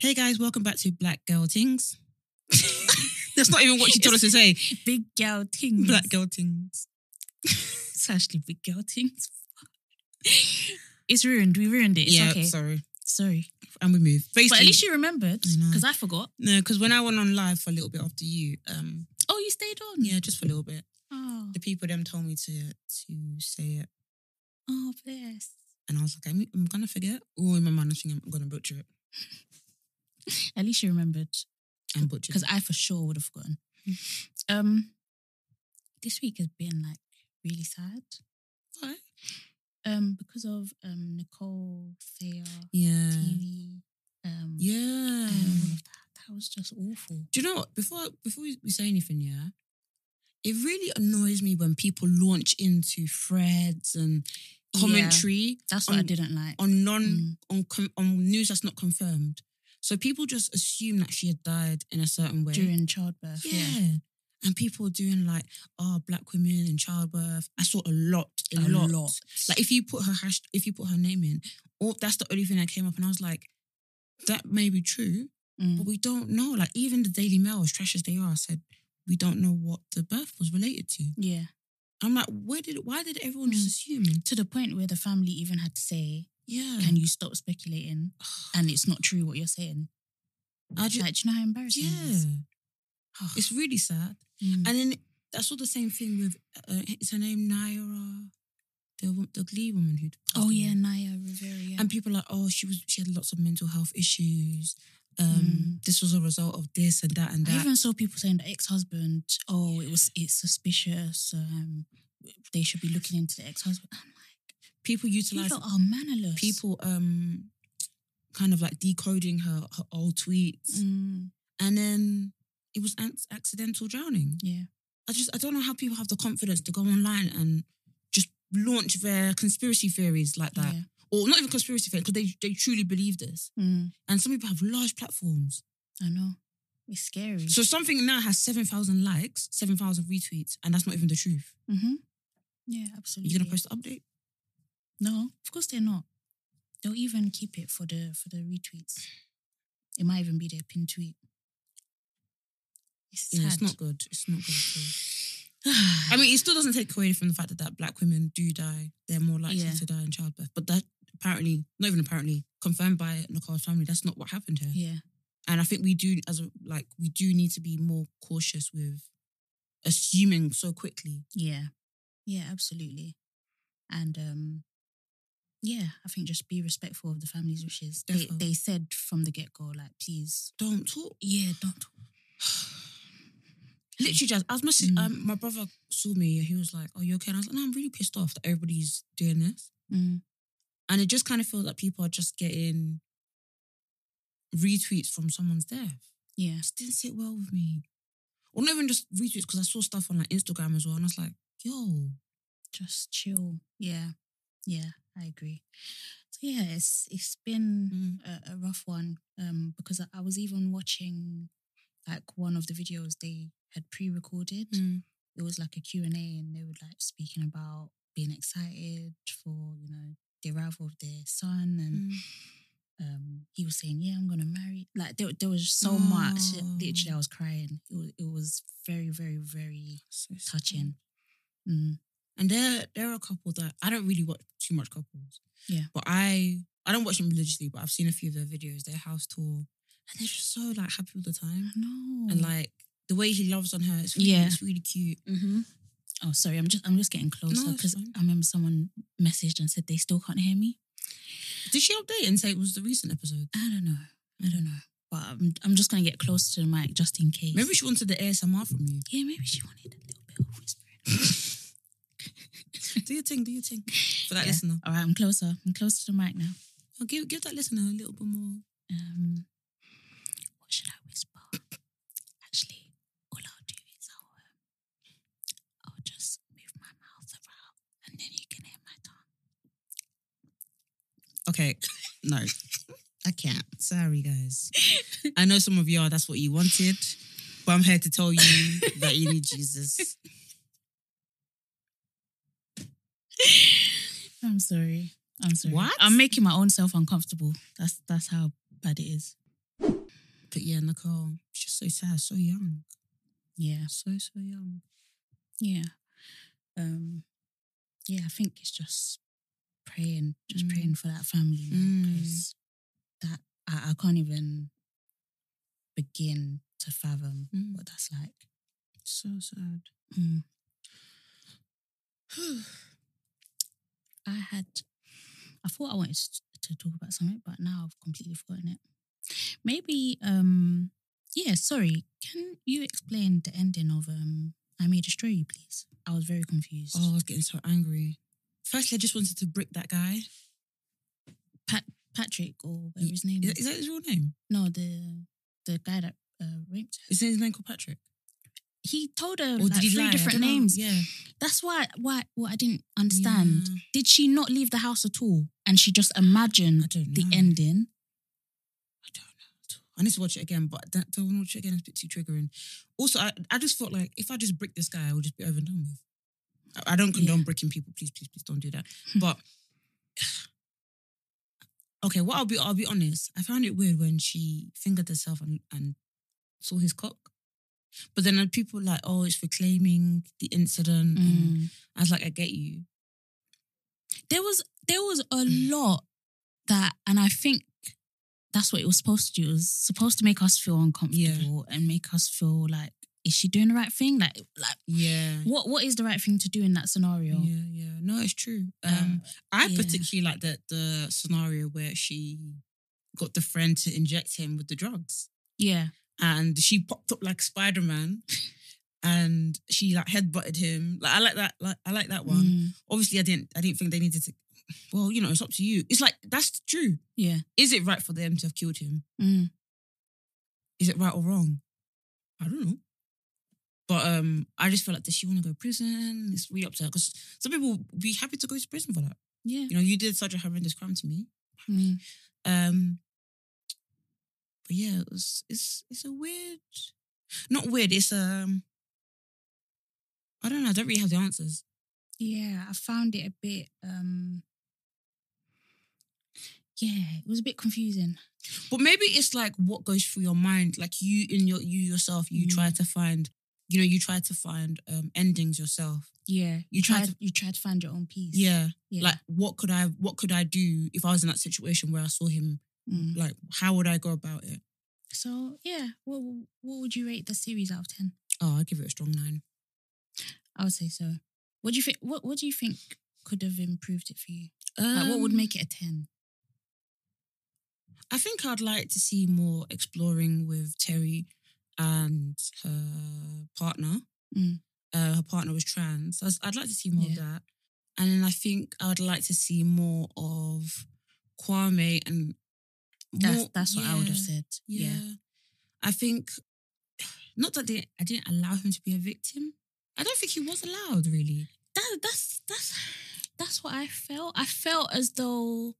Hey guys, welcome back to Black Girl Things. That's not even what she told us to say. Big girl things. Black Girl Things. It's actually big girl things. it's ruined. We ruined it. It's yeah, okay. sorry. Sorry. And we move. But Basically, at least you remembered I know. because I forgot. no, because when I went on live for a little bit after you, um, Oh, you stayed on? yeah, just for a little bit, Oh, the people them told me to to say it, oh bless. and I was like, I'm, I'm gonna forget. Or in my mind, I'm thinking I'm gonna butcher it At least you remembered and butcher. because I for sure would have forgotten. Mm-hmm. Um, This week has been like really sad. Why? Um, Because of um Nicole Thayer Yeah, TV. Um, yeah. and all of that. that was just awful. Do you know what? Before before we we say anything, yeah, it really annoys me when people launch into threads and Yeah. commentary That's what I On- didn't like. on non Mm. on com- on news that's not confirmed. So people just assume that she had died in a certain way. during childbirth. yeah. And people are doing like, oh, black women and childbirth. I saw a lot, a, A lot. lot. Like if you put her hash, if you put her name in, all that's the only thing that came up, and I was like, that may be true, Mm. but we don't know. Like even the Daily Mail, as trash as they are, said we don't know what the birth was related to. Yeah. I'm like, where did why did everyone Mm. just assume? to the point where the family even had to say, Yeah, "Can you stop speculating?" And it's not true what you're saying. I just, Like, do you know how embarrassing? it yeah, is? Ah, it's really sad. Mm. And then I saw the same thing with uh, is her name Naira, the wo- the Glee woman who. oh yeah, Naya Rivera. Yeah. And people are like, oh, she was she had lots of mental health issues. Um, Mm. this was a result of this and that and I that. even saw people saying the ex-husband. Oh, it was it's suspicious. Um, they should be looking into the ex-husband. I'm like, people you utilize lot are mannerless. people um, kind of like decoding her her old tweets, Mm, and then it was an- accidental drowning. yeah. I just I don't know how people have the confidence to go online and just launch their conspiracy theories like that, Yeah. or not even conspiracy theories because they they truly believe this. Mm, and some people have large platforms. I know. It's scary. So something now has seven thousand likes, seven thousand retweets, and that's not even the truth. hmm Yeah, Are absolutely. you gonna post the update? No, of course they're not. They'll even keep it for the for the retweets. It might even be their pin tweet. It's sad. Yeah, it's not good. It's not good. At all. I mean, it still doesn't take away from the fact that, that black women do die. They're more likely Yeah. to die in childbirth. But that apparently, not even apparently, confirmed by Nicole's family, that's not what happened here. yeah, And I think we do, as a, like, we do need to be more cautious with assuming so quickly. yeah, yeah, absolutely. And um, yeah, I think just be respectful of the family's wishes. They, Definitely. they said from the get go, like, please, Don't talk. yeah, don't. talk. Literally, just as much as Mm. um, my brother saw me, he was like, "Oh, you okay?" And I was like, "No, I'm really pissed off that everybody's doing this." Mm, And it just kind of feels like people are just getting retweets from someone's death. yeah, It just didn't sit well with me. Or not even just retweets because I saw stuff on like Instagram as well, and I was like, "Yo, just chill. Yeah, yeah, I agree. So yeah, it's it's been Mm. a, a rough one um, because I, I was even watching like one of the videos they had pre-recorded. Mm. It was like a Q and A, and they were like speaking about being excited for you know the arrival of their son, and Mm. um, he was saying, "Yeah, I'm gonna marry." Like there, there was so much. Oh. Literally, I was crying. It was, it was very, very, very So sad. touching. Mm. And there, there are a couple that I don't really watch too much couples. Yeah. But I, I don't watch them religiously, but I've seen a few of their videos, their house tour, and they're just so like happy all the time. No, and like the way he loves on her, it's really, Yeah. it's really cute. Mm-hmm. Oh, sorry. I'm just I'm just getting closer it's because fine. I remember someone messaged and said they still can't hear me. Did she update and say it was the recent episode? I don't know. I don't know. But I'm, I'm just gonna get close to the mic just in case. Maybe she wanted the ASMR from you. yeah, maybe she wanted a little bit of whispering. do your thing, do your thing for that Yeah. listener. All right, I'm closer. I'm close to the mic now. I'll give give that listener a little bit more. Um, what should I whisper? Actually, all I'll do is I'll um, I'll just move my mouth around and then you can hear my tongue. Okay, no, I can't. Sorry, guys. I know some of y'all that's what you wanted, but I'm here to tell you that you need Jesus. I'm sorry. I'm sorry. What? I'm making my own self uncomfortable. That's that's how bad it is. But yeah, Nicole, she's so sad, so young, Yeah. so so young. Yeah. Um yeah, I think it's just praying, just Mm. praying for that family Mm. because that I, I can't even begin to fathom Mm. what that's like. So sad. Mm. I had, I thought I wanted to, to talk about something, but now I've completely forgotten it. Maybe, um, yeah, sorry. Can you explain the ending of um, I May Destroy You, please? I was very confused. Oh, I was getting so angry. Firstly, I just wanted to brick that guy. Pat, Patrick, or whatever his name Is is. that, is that his real name? No, the the guy that uh, raped her. Is his name called Patrick? He told her Or like, did he three lie? I different don't know. names. Yeah. That's why, why, what I didn't understand. Yeah. Did she not leave the house at all? And she just I imagined don't know. the ending. I don't know. at all. I need to watch it again, but that, don't want to watch it again. It's a bit too triggering. Also, I, I just felt like if I just brick this guy, I will just be over and done with. I, I don't condone bricking people. Please, please, please don't do that. But okay, what I'll be, I'll be honest. I found it weird when she fingered herself and, and saw his cock. But then there are people like, oh, it's reclaiming the incident. Mm. And I was like, I get you. There was there was a lot that, and I think that's what it was supposed to do. It was supposed to make us feel uncomfortable and make us feel like, is she doing the right thing? Like, like Yeah. what what is the right thing to do in that scenario? Yeah, yeah. No, it's true. Uh, Um, I yeah. particularly like that the scenario where she got the friend to inject him with the drugs, Yeah, and she popped up like Spider Man, and she like headbutted him. Like I like that. Like I like that one. Mm. Obviously, I didn't. I didn't think they needed to. Well, you know, it's up to you. It's like that's true. yeah. Is it right for them to have killed him? Mm. Is it right or wrong? I don't know. But um, I just feel like does she want to go to prison? It's really up to her because some people would be happy to go to prison for that. Yeah. You know, you did such a horrendous crime to me. Mm. Um, but yeah, it was, it's it's a weird, not weird. It's um, I don't know. I don't really have the answers. Yeah, I found it a bit um Yeah, it was a bit confusing. But maybe it's like what goes through your mind. Like you in your you yourself, you Mm. try to find, you know, you try to find um endings yourself. Yeah. You tried to- you tried to find your own piece. Yeah. Yeah. Like what could I what could I do if I was in that situation where I saw him? Mm. Like how would I go about it? So yeah, what what would you rate the series out of ten? Oh, I give it a strong nine. I would say so. What do you think? What What do you think could have improved it for you? Like, what would Um, make it a ten? I think I'd like to see more exploring with Terry and her partner. Mm. Uh, her partner was trans. I'd- I'd like to see more Yeah. of that. And then I think I'd like to see more of Kwame and That's more- That's what I would have yeah, said. Yeah. Yeah. I think not that they, I didn't allow him to be a victim. I don't think he was allowed really. That that's that's that's what I felt. I felt as though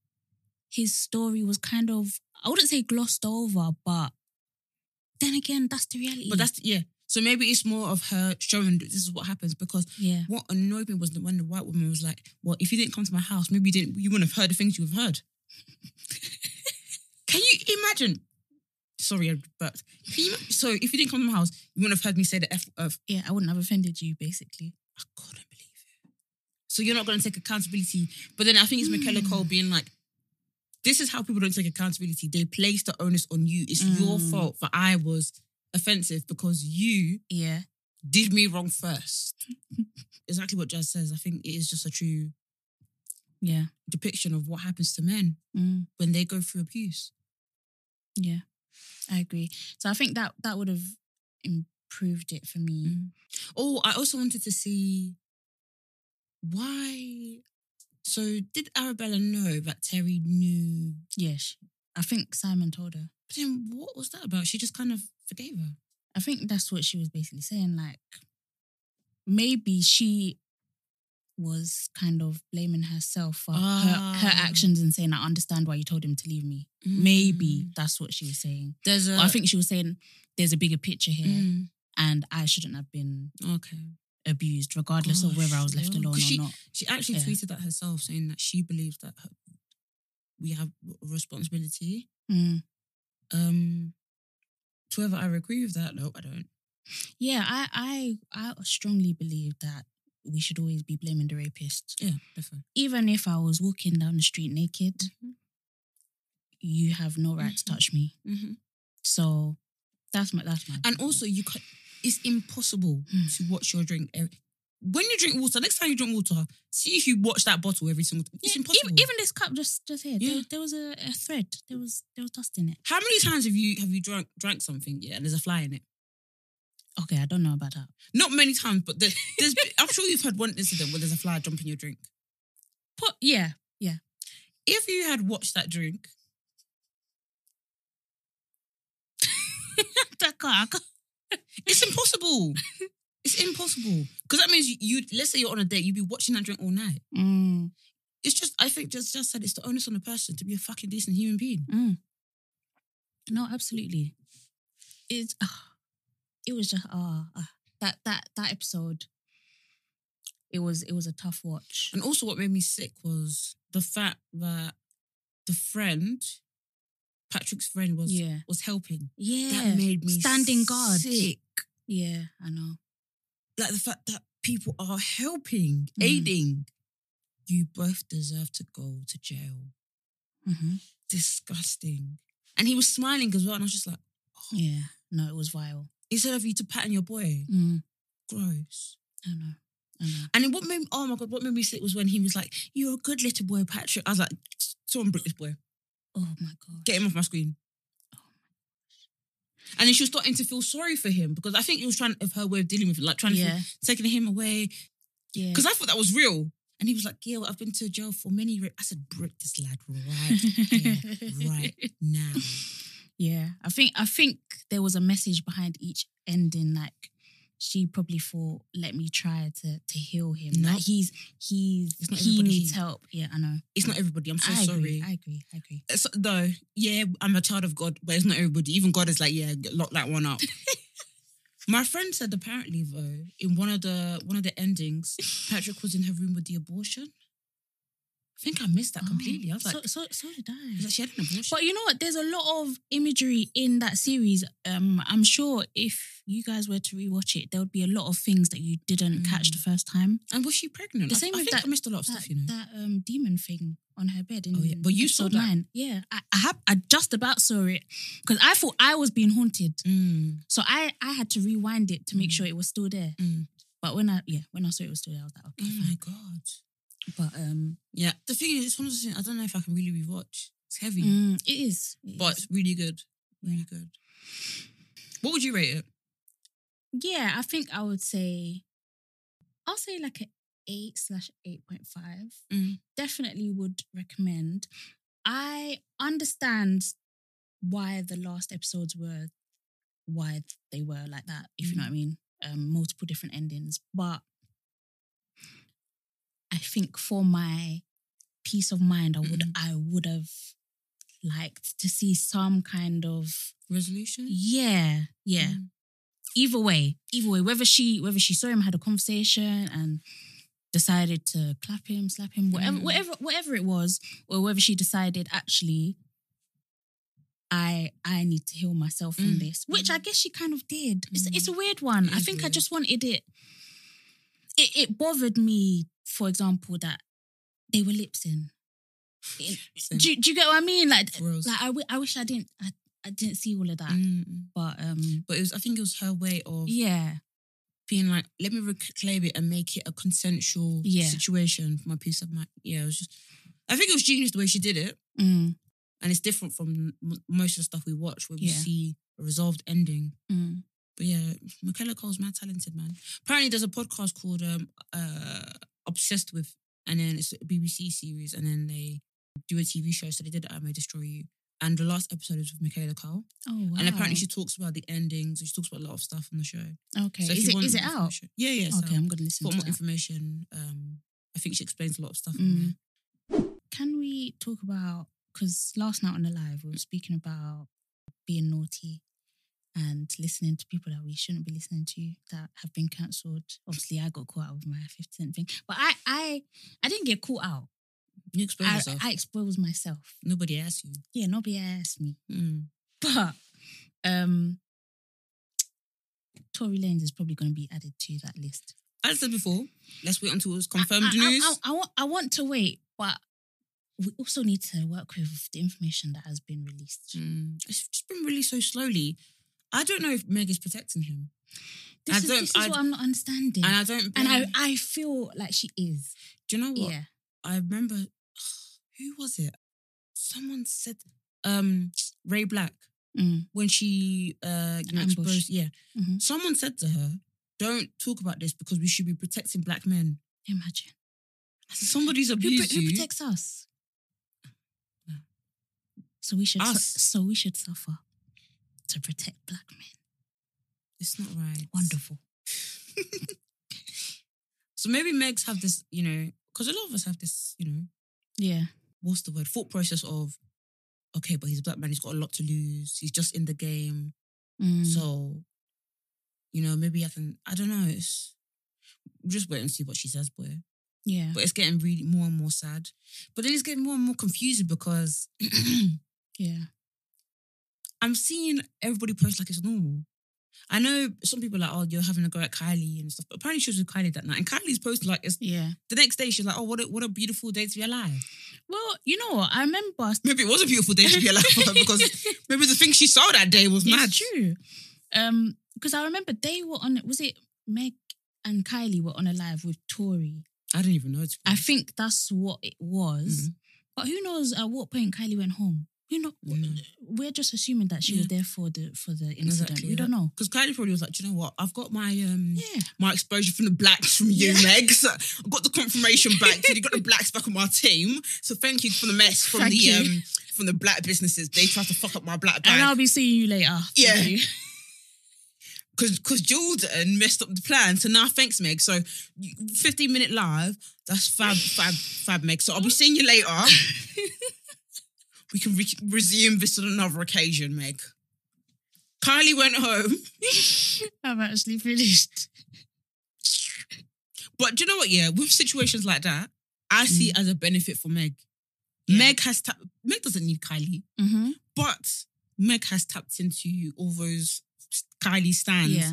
his story was kind of I wouldn't say glossed over, but then again, that's the reality. But that's yeah. So maybe it's more of her showing that this is what happens because yeah. What annoyed me was that when the white woman was like, "Well, if you didn't come to my house, maybe you didn't. You wouldn't have heard the things you've heard." can you imagine? Sorry, I burped. Can you, so if you didn't come to my house, you wouldn't have heard me say the f uh, of. Yeah, I wouldn't have offended you, basically. I couldn't believe it. So you're not going to take accountability. But then I think it's Michaela Hmm. Cole being like, "This is how people don't take accountability. They place the onus on you. It's your Mm. fault that I was offensive because you Yeah. did me wrong first. exactly what Jazz says. I think it is just a true Yeah. depiction of what happens to men Mm, when they go through abuse. yeah. I agree. So I think that that would have improved it for me. Oh, I also wanted to see why. So, did Arabella know that Terry knew? Yes. I think Simon told her. But then, what was that about? She just kind of forgave her. I think that's what she was basically saying. Like, maybe she was kind of blaming herself for Ah. her, her actions and saying, I understand why you told him to leave me. Hmm. Maybe that's what she was saying. Mm. there's a. Hmm. Or I think she was saying, there's a bigger picture here Mm, and I shouldn't have been okay. abused, regardless of whether I was Gosh, left no. Oh, alone 'Cause or not. She actually Yeah. tweeted that herself, saying that she believes that her, we have a responsibility. Mm. Um, to whether I agree with that, nope, I don't. Yeah, I, I I strongly believe that we should always be blaming the rapist. Yeah, definitely. Even if I was walking down the street naked, you have no right to Mhm. touch me. Mm-hmm. So that's my that's my And also, you can It's impossible Hmm. to watch your drink. every- When you drink water, next time you drink water, see if you watch that bottle every single time. It's Yeah, impossible. Even, even this cup just just here, Yeah. there, there was a, a thread. There was there was dust in it. How many times have you have you drank drank something? Yeah, and there's a fly in it. Okay, I don't know about that. Not many times, but there, there's. I'm sure you've had one incident where there's a fly jumping your drink. Put yeah, If you had watched that drink, that car. I can't- it's impossible. it's impossible because that means you, you. Let's say you're on a date, you'd be watching that drink all night. Mm, It's just. I think just just said it's the onus on the person to be a fucking decent human being. mm. No, absolutely. It's ah, it was just ah ah. that that that episode. It was it was a tough watch. And also, what made me sick was the fact that the friend, Patrick's friend, was Yeah, was helping. yeah. That made me standing guard. Sick. Yeah, I know. Like the fact that people are helping, Mm. aiding. You both deserve to go to jail. Mm-hmm. Disgusting. And he was smiling as well, and I was just like, Yeah, no, it was vile. instead of you to pat on your boy, Mm. gross. I know. I know. And then what made oh my god, what made me sick was when he was like, "You're a good little boy, Patrick." I was like, "Someone break this boy." Oh my god. get him off my screen. Oh And then she was starting to feel sorry for him because I think he was trying of her way of dealing with it, like trying to yeah, feel, taking him away. yeah. Because I thought that was real. And he was like, Yeah, well, I've been to jail for many ra-" I said, Brick this lad right Yeah, right. now. Yeah, I think I think there was a message behind each ending. Like she probably thought, "Let me try to to heal him." No. Like he's he's It's not he everybody needs he- help. Yeah, I know. It's not everybody. I'm so I sorry. agree. I agree. I agree. It's- though, yeah, I'm a child of God, but it's not everybody. Even God is like, Yeah, lock that one up. My friend said apparently though, in one of the one of the endings, Patrick was in her room with the abortion. I think I missed that completely. I was like, Oh, so so so did I. She had an abortion. But you know what? There's a lot of imagery in that series. Um, I'm sure if you guys were to rewatch it, there would be a lot of things that you didn't Mm. catch the first time. and was she pregnant? The I- same I, with think that- I missed a lot of That, stuff, you know. that um demon thing on her bed. In Oh, yeah. But you saw episode that. Nine. Yeah, I, I have. I just about saw it because I thought I was being haunted, Mm, so I I had to rewind it to make Mm. sure it was still there. mm. But when I yeah when I saw it was still there, I was like okay Oh my fine. god. But um Yeah. The thing is, it's one of those things I don't know if I can really rewatch. It's heavy, mm, it is. it but is. it's really good. Really good. What would you rate it? yeah, I think I would say I'll say like a eight slash eight point five. Mm. Definitely would recommend. I understand why the last episodes were why they were like that, if you know what I mean. Um, multiple different endings. But I think for my peace of mind, I would Mhm. I would have liked to see some kind of Resolution? Mm. yeah, yeah either way, either way, whether she whether she saw him, had a conversation, and decided to clap him, slap him, whatever, Mm. whatever, whatever it was, or whether she decided actually, I I need to heal myself from Mm. this, which I guess she kind of did. It's Mm. it's a weird one. It I is think I weird. just wanted it. It it bothered me, for example, that they were lipsing. Same. Do, do you get what I mean? Like, Gross. like I, w- I wish I didn't I, I didn't see all of that, Mm, mm. but um, But it was, I think it was her way of yeah, being like, let me reclaim it and make it a consensual Yeah. situation for my peace of mind. Yeah, it was just, I think it was genius the way she did it. mm, and it's different from m- most of the stuff we watch where we Yeah. see a resolved ending. mm. But yeah, Michaela Cole's mad talented, man. Apparently, there's a podcast called um, uh, Obsessed with, and then it's a BBC series, and then they do a TV show. So they did I May Destroy You. And the last episode is with Michaela Cole. Oh wow! And apparently, she talks about the endings. and She talks about a lot of stuff on the show. okay. So if is you it want is it more out? information- Yeah, yeah. Okay, so I'm gonna listen for to more that. information, um, I think she explains a lot of stuff. Mm. In there. Can we talk about because last night on the live we were speaking about being naughty and listening to people that we shouldn't be listening to that have been cancelled. Obviously, I got caught out with my 50 cent thing, but I I I didn't get caught out. You expose I, yourself. I exposed myself. Nobody asked you. Yeah, nobody asked me, Mm. but um, Tory Lanez is probably going to be added to that list. As I said before, let's wait until it's confirmed I, I- I- news. I, I want I want to wait, but we also need to work with the information that has been released. Mm. It's just been released so slowly. I don't know if Meg is protecting him, This I is don't- this is I- what I'm not understanding. and I don't. And I, blame- I feel like she is. do you know what? Yeah. I remember who was it? Someone said um Ray Black Mm. when she uh you know, Ambushed. exposed, yeah. Mhm. Someone said to her, "Don't talk about this because we should be protecting black men." Imagine. I said, Somebody's Who, pr- abused who you. protects us? No. So we should su- Us. so we should suffer to protect black men. It's not right. Wonderful. So maybe Megs have this, you know, because a lot of us have this, you know, Yeah. what's the word? Thought process of, okay, but he's a black man. He's got a lot to lose. He's just in the game. Mm. So, you know, maybe I can. I don't know. It's we'll just wait and see what she says, boy. yeah. But it's getting really more and more sad. But then it's getting more and more confusing because yeah. I'm seeing everybody post like it's normal. I know some people are like, oh, you're having a go at Kylie and stuff. But apparently she was with Kylie that night. And Kylie's posted like it's Yeah. the next day, she's like, oh, what a what a beautiful day to be alive. Well, you know what? I remember Maybe it was a beautiful day to be alive for her because maybe the thing she saw that day was mad. It's true. Um, because I remember they were on was it Meg and Kylie were on a live with Tori. I didn't even know it's I think that's what it Mm-hmm. was. But who knows at what point Kylie went home? You know, Mm. we're just assuming that she was there for the for the incident. Exactly, we don't know. Because Kylie probably was like, Do you know what? I've got my um Yeah, my exposure from the blacks from you, Yeah. Meg. So I got the confirmation back. You got the blacks back on my team. So thank you for the mess from Thank the you. um from the black businesses. They tried to fuck up my black and bag I'll be seeing you later. Thank Yeah. you. because because Jordan messed up the plan. So now thanks, Meg. So you- fifteen minute live. That's fab fab fab, Meg. So I'll be seeing you later. we can re- resume this on another occasion, Meg. Kylie went home. I've actually finished. But do you know what? Yeah, with situations like that, I see it as a benefit for Meg. Mm. Yeah. Meg has ta- Meg doesn't need Kylie, Mm-hmm. but Meg has tapped into all those Kylie stands. Yeah,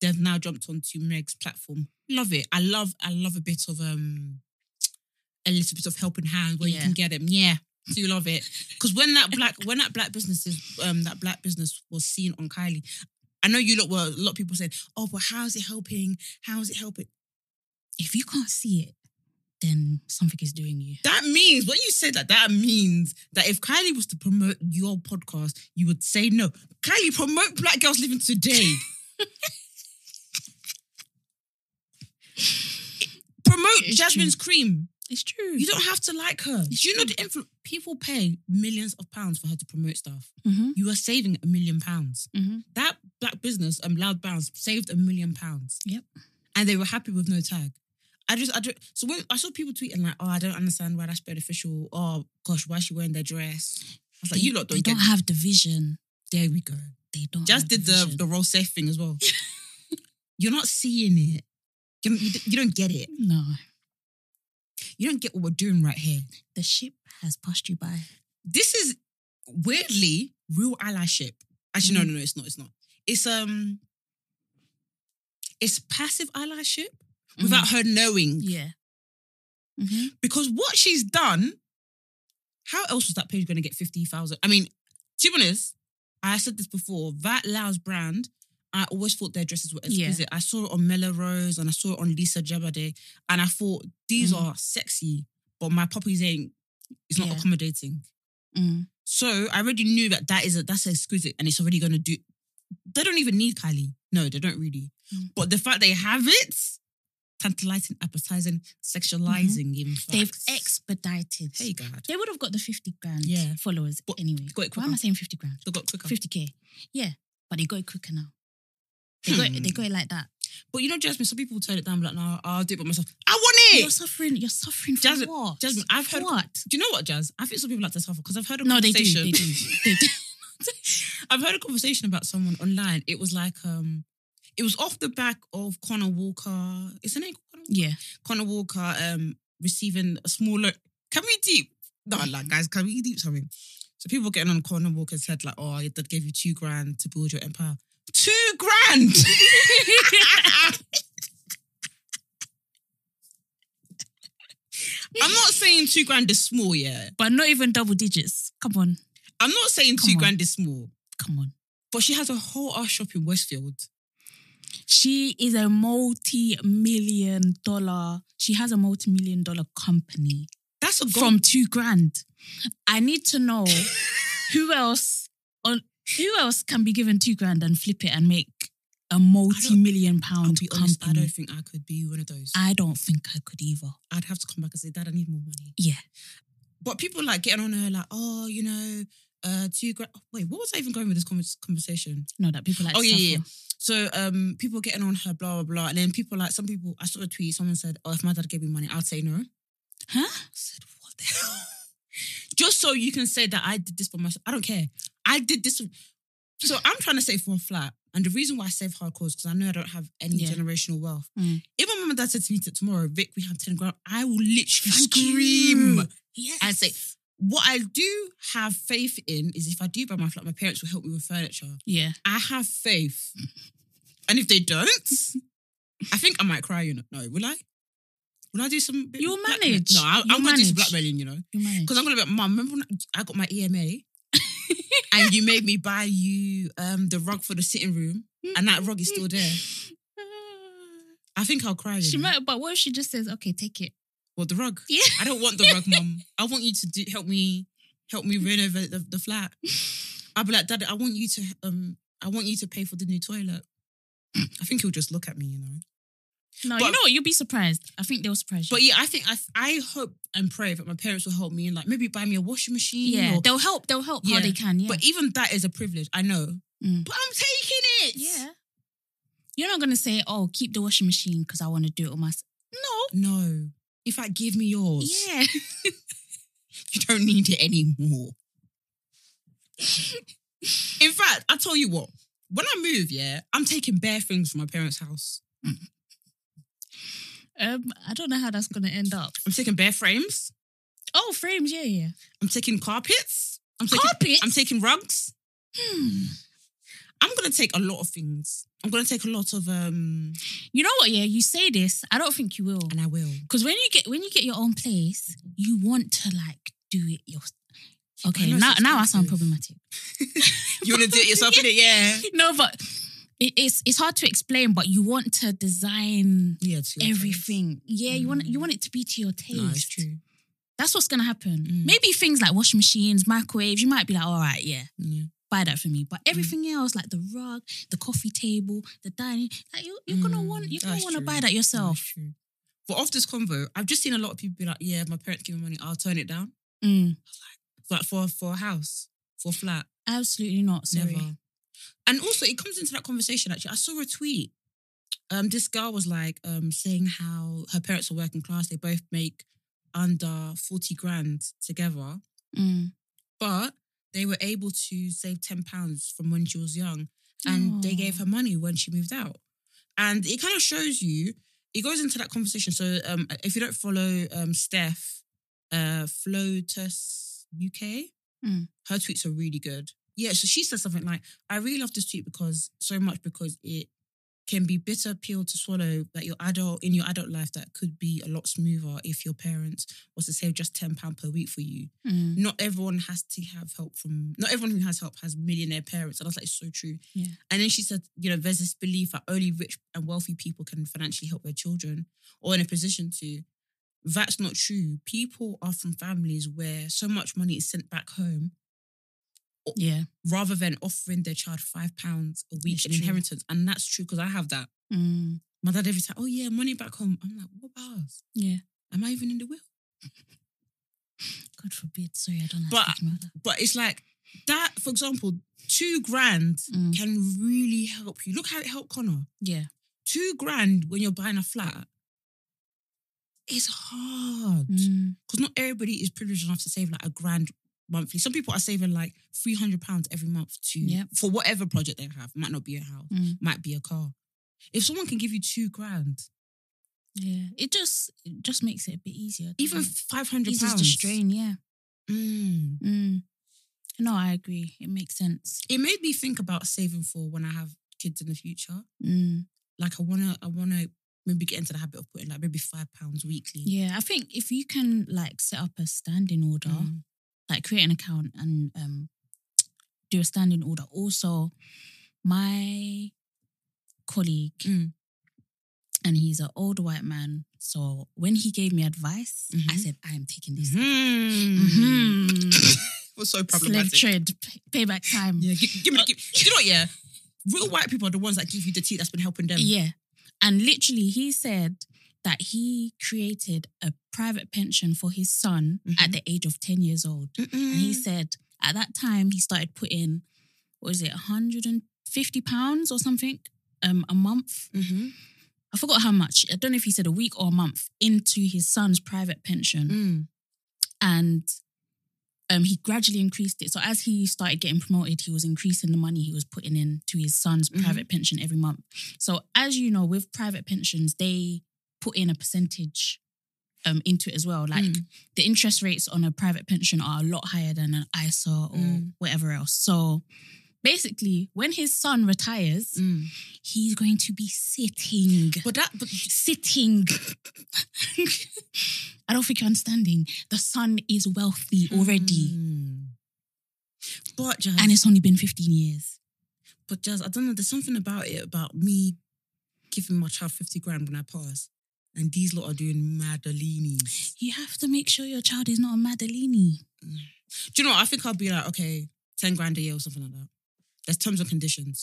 They've now jumped onto Meg's platform. Love it. I love. I love a bit of um, a little bit of helping hand where you Yeah. can get them. Yeah, do love it because when that black when that black business is um that black business was seen on Kylie. I know you lot were a lot of people saying, "Oh, but how is it helping? How is it helping?" if you can't see it, then something is doing you. That means when you say that, that means that if Kylie was to promote your podcast, you would say no. Kylie, promote Black Girls Living today. promote It's Jasmine's cream. It's true. You don't have to like her. It's Do you know true. the influ- people pay millions of pounds for her to promote stuff? Mm-hmm. You are saving a million pounds. Mm-hmm. That black business, um, Loud Bounce, saved a million pounds. Yep. And they were happy with no tag. I just, I don't, so when I saw people tweeting like, oh, I don't understand why that's beneficial. Oh, gosh, why is she wearing their dress? I was like, you lot they don't don't get have the vision. There we go. They don't. Just have did the, the, vision. the roll safe thing as well. You're not seeing it. You don't, you don't- you don't get it. no. You don't get what we're doing right here. The ship has passed you by. This is weirdly real allyship. Actually, Mm-hmm. no, no, no, it's not. It's not. It's, um, it's passive allyship without Mm. her knowing. Yeah. Mm-hmm. Because what she's done, how else was that page going to get 50,000? I mean, to be honest, I said this before, that Laos brand, I always thought their dresses were Yeah. exquisite. I saw it on Melrose and I saw it on Lisa Jabade, and I thought these Mhm. are sexy, but my puppies ain't, it's not Yeah. accommodating. Mm. So I already knew that that is a, that's exquisite and it's already going to do, they don't even need Kylie. No, they don't really. Mhm. But the fact they have it, tantalizing, appetizing, sexualizing, in fact. Mm-hmm. They've expedited. Hey God. They would have got the 50 grand Yeah. followers But anyway. got it Why am I quicker. saying 50 grand? They got quicker. 50K. Yeah. But they got it quicker now. They, got, it, they Hmm. got it like that. But you know, Jasmine, some people turn it down, be like, no, I'll do it by myself. I want You're it. suffering. You're suffering from Jasmine- what? Jasmine, I've heard- What? Do you know what, Jazz? I think some people like to suffer because I've heard a No, they do. conversation. They do. They do. I've heard a conversation about someone online. It was like um, it was off the back of Connor Walker. Is her name Connor? Walker? Yeah. Connor Walker um receiving a smaller. Can we deep? No, Mm-hmm. like guys, can we deep something? So people were getting on Connor Walker's head like, oh, that gave you two grand to build your empire. Two grand. I'm not saying two grand is small, yeah. But not even double digits. Come on. I'm not saying Come two on. grand is small, Come on. but she has a whole ass shop in Westfield. She is a multi million dollar. She has a multi million dollar company That's a goal. from two grand. I need to know who else on who else can be given two grand and flip it and make a multi million I'll pound be company. honest, I don't think I could be one of those. I don't think I could either. I'd have to come back and say, Dad, I need more money. Yeah. But people like getting on her like, oh, you know, uh, two grand. Wait, what was I even going with this convers- conversation? No, that people like Oh, yeah, suffer. yeah. So um, people getting on her, blah blah blah, and then people like some people. I saw a tweet. Someone said, "Oh, if my dad gave me money, I'd say no." I Huh? said, "What the hell?" Just so you can say that I did this for myself. I don't care. I did this. So I'm trying to save for a flat, and the reason why I save hardcore is because I know I don't have any Yeah. generational wealth. Mm. Even when my dad said to me t- tomorrow, Vic, we have ten grand, I will literally Thank scream. you. Yes. I say- What I do have faith in is if I do buy my flat, my parents will help me with furniture. Yeah. I have faith. And if they don't, I think I might cry, you know. No, will I? Will I do some? bit of You'll blackmail? manage. No, I, You'll I'm going to do some manage. blackmailing, you know. You manage. Because I'm going to be like, Mum, remember when I got my EMA and you made me buy you um, the rug for the sitting room Hmm. and that rug is still there? I think I'll cry. You She know? might, but what if she just says, okay, take it? Well, the rug. Yeah. I don't want the rug, Mum. I want you to do, help me help me renovate the, the flat. I'll be like, Dad, I want you to um, I want you to pay for the new toilet. I think he'll just look at me, you know. No, But- you know what? You'll be surprised. I think they'll surprise you. But yeah, I think I I hope and pray that my parents will help me and like maybe buy me a washing machine. yeah, or- they'll help. They'll help Yeah. how they can. Yeah, But even that is a privilege, I know. Mm. But I'm taking it. yeah. You're not gonna say, "Oh, keep the washing machine because I want to do it on my." No. No. In fact, give me yours. Yeah. You don't need it anymore. In fact, I tell you what, when I move, yeah, I'm taking bare things from my parents' house. Um, I don't know how that's gonna end up. I'm taking bare frames. Oh, frames. Yeah, yeah. I'm taking carpets. I'm taking Carpet. I'm taking rugs. Hmm. I'm gonna take a lot of things. I'm gonna take a lot of um You know what? Yeah, you say this. I don't think you will. and I will. Because when you get when you get your own place, you want to like do it yourself. Okay, know it's now now I sound expensive. problematic. You want to do it yourself, innit? Yeah. No, but it, it's it's hard to explain. But you want to design Yeah, to your everything. Yeah, you want Mm. you want it to be to your taste. taste. No, it's true. That's what's gonna happen. Mm. Maybe things like washing machines, microwaves. You might be like, all right, yeah, Yeah. buy that for me. Mm. But everything else, like the rug, the coffee table, the dining, like you, you're gonna Mm, want you're that's gonna want to true. buy that No, it's yourself. true. But off this convo, I've just seen a lot of people be like, yeah, my parents give me money, I'll turn it down. Mm, Like for for a house, for a flat. absolutely not. Sorry. Never. And also, it comes into that conversation. Actually, I saw a tweet. Um, this girl was like um saying how her parents are working class. They both make under forty grand together, Mm. but they were able to save ten pounds from when she was young, and they gave her money when she moved out. And it kind of shows you. It goes into that conversation. So, um, if you don't follow um Steph, uh, Floatus UK, Mm. her tweets are really good. Yeah, so she said something like, I really love this tweet because so much because it can be bitter pill to swallow that your adult in your adult life that could be a lot smoother if your parents was to save just ten pound per week for you. Mm, Not everyone has to have help from not everyone who has help has millionaire parents. And I was like, it's so true. Yeah. And then she said, you know, there's this belief that only rich and wealthy people can financially help their children or in a position to. That's not true. People are from families where so much money is sent back home yeah. rather than offering their child five pounds a week It's in true. inheritance. And that's true because I have that. Mm, My dad every time, oh yeah, money back home. I'm like, what about us? yeah. Am I even in the will? God forbid. Sorry, I don't. Like But- speaking about that. But it's like that, for example, two grand Mm. can really help you. Look how it helped Connor. Yeah. Two grand when you're buying a flat. It's hard because Mm, not everybody is privileged enough to save like a grand monthly. Some people are saving like three hundred pounds every month to Yep. for whatever project they have. Might not be a house, Mm. might be a car. If someone can give you two grand, Yeah, it just it just makes it a bit easier. even doesn't five it? hundred eases the pounds, strain. Yeah. mm, Mm. No, I agree. It makes sense. it made me think about saving for when I have kids in the future. Mm. Like I wanna, I wanna maybe get into the habit of putting like maybe five pounds weekly. Yeah, I think if you can like set up a standing order, Mm. like create an account and um do a standing order. Also, my colleague Mm. and he's an old white man. So when he gave me advice, I Mhm. said, I am taking this. Mhm. Mhm. was so Slave trade, pay- payback time. Yeah, give, give me. the- Give, do you know what? Yeah, real white people are the ones that give you the tea that's been helping them. Yeah. And literally, he said that he created a private pension for his son Mm-hmm. at the age of 10 years old. And he Mm. said at that time, he started putting, what was it, 150 pounds or something um, a month? Mm-hmm. I forgot how much. I don't know if he said a week or a month into his son's private pension. Mm. And um, he gradually increased it. So as he started getting promoted, he was increasing the money he was putting in to his son's Mhm. private pension every month. So as you know, with private pensions, they put in a percentage um, into it as well. Like Mm. the interest rates on a private pension are a lot higher than an ISA or Mm. whatever else. So basically, when his son retires, Mm. he's going to be sitting But that, but sitting. I don't think you're understanding. The son is wealthy already, Mm. But Jazz, and it's only been 15 years. but Jazz, I don't know. There's something about it about me giving my child fifty grand when I pass, and these lot are doing madalinis. You have to make sure your child is not a Madalini. Do you know? What? I think I'll be like, okay, ten grand a year or something like that. There's terms and conditions.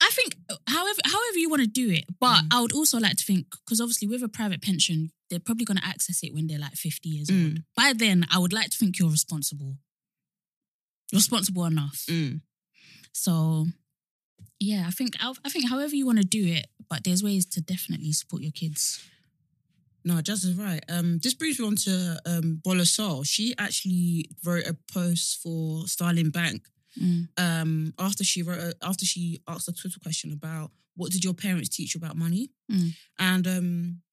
I think, uh, however, however you want to do it, but Mm. I would also like to think because obviously with a private pension, they're probably going to access it when they're like 50 years old. By then, I would like to think you're responsible, responsible enough. So, yeah, I think I I think however you want to do it, but there's ways to definitely support your kids. No, Jazz is right. Um, this brings me on to um, Bola Sol. She actually wrote a post for Starling Bank Mm. um, after she wrote a, after she asked a Twitter question about what did your parents teach you about money, Mm. and um,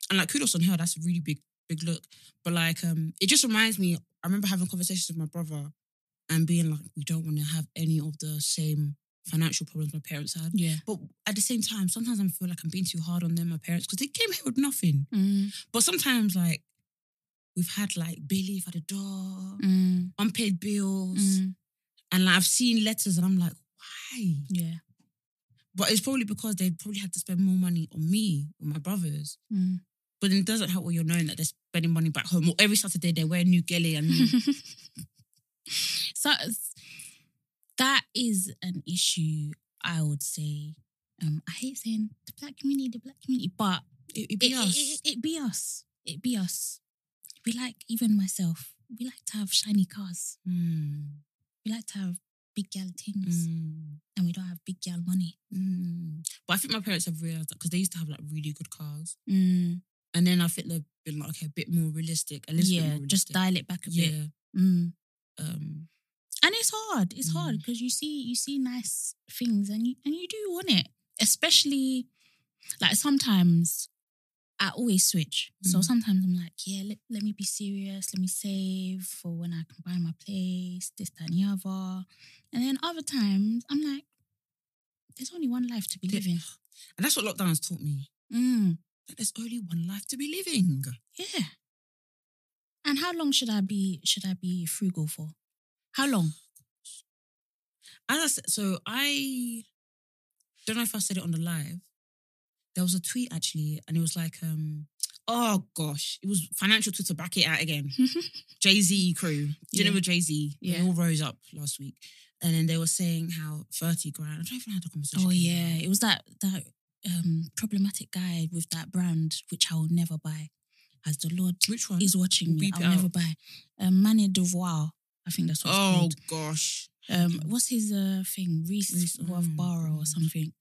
and like kudos on her. That's a really big big look. But like um, it just reminds me. I remember having conversations with my brother and being like, we don't want to have any of the same financial problems my parents had. Yeah. But at the same time, sometimes I feel like I'm being too hard on them, my parents, because they came here with nothing. Mm, But sometimes, like, we've had like Billy for the door, mm, unpaid bills, mm. and like, I've seen letters, and I'm like, why? Yeah. But it's probably because they probably had to spend more money on me or my brothers. Mm. But then it doesn't help when you're knowing that they're spending money back home. Or every Saturday they wear new gele and new. so it's- that is an issue, I would say. Um, I hate saying the black community, the black community, but it, it'd it, be it, us. it, it be us. It be us. We like, even myself, we like to have shiny cars. Mm, We like to have big gal things, mm, and we don't have big gal money. mm. But I think my parents have realized that because they used to have like really good cars, Mm, and then I think they've been like okay, a bit more realistic, a little bit yeah, more just realistic. dial it back a bit. yeah. Mm. Um, and it's hard it's hard Mm. because you see you see nice things and you and you do want it especially like sometimes i always switch so Mhm. sometimes i'm like yeah let, let me be serious let me save for when i can buy my place this that and the other and then other times i'm like there's only one life to be Yeah. living and that's what lockdown's taught me. mm, That there's only one life to be living. yeah and how long should i be should i be frugal for how long As I said, so I don't know if I said it on the live. There was a tweet actually, and it was like, um, oh gosh, it was financial Twitter back it out again. Jay Z crew, dinner Yeah. with Jay Z. Yeah. They all rose up last week, and then they were saying how thirty grand. I don't even have the conversation. Oh yeah, it was that that um problematic guy with that brand which I will never buy. As the Lord which one? is watching me, Beep I'll it out. never buy. Um, Manny Devoir, I think that's what it's oh called. gosh. Um, what's his uh, thing? Reese Reese- Wavbara or mm. something.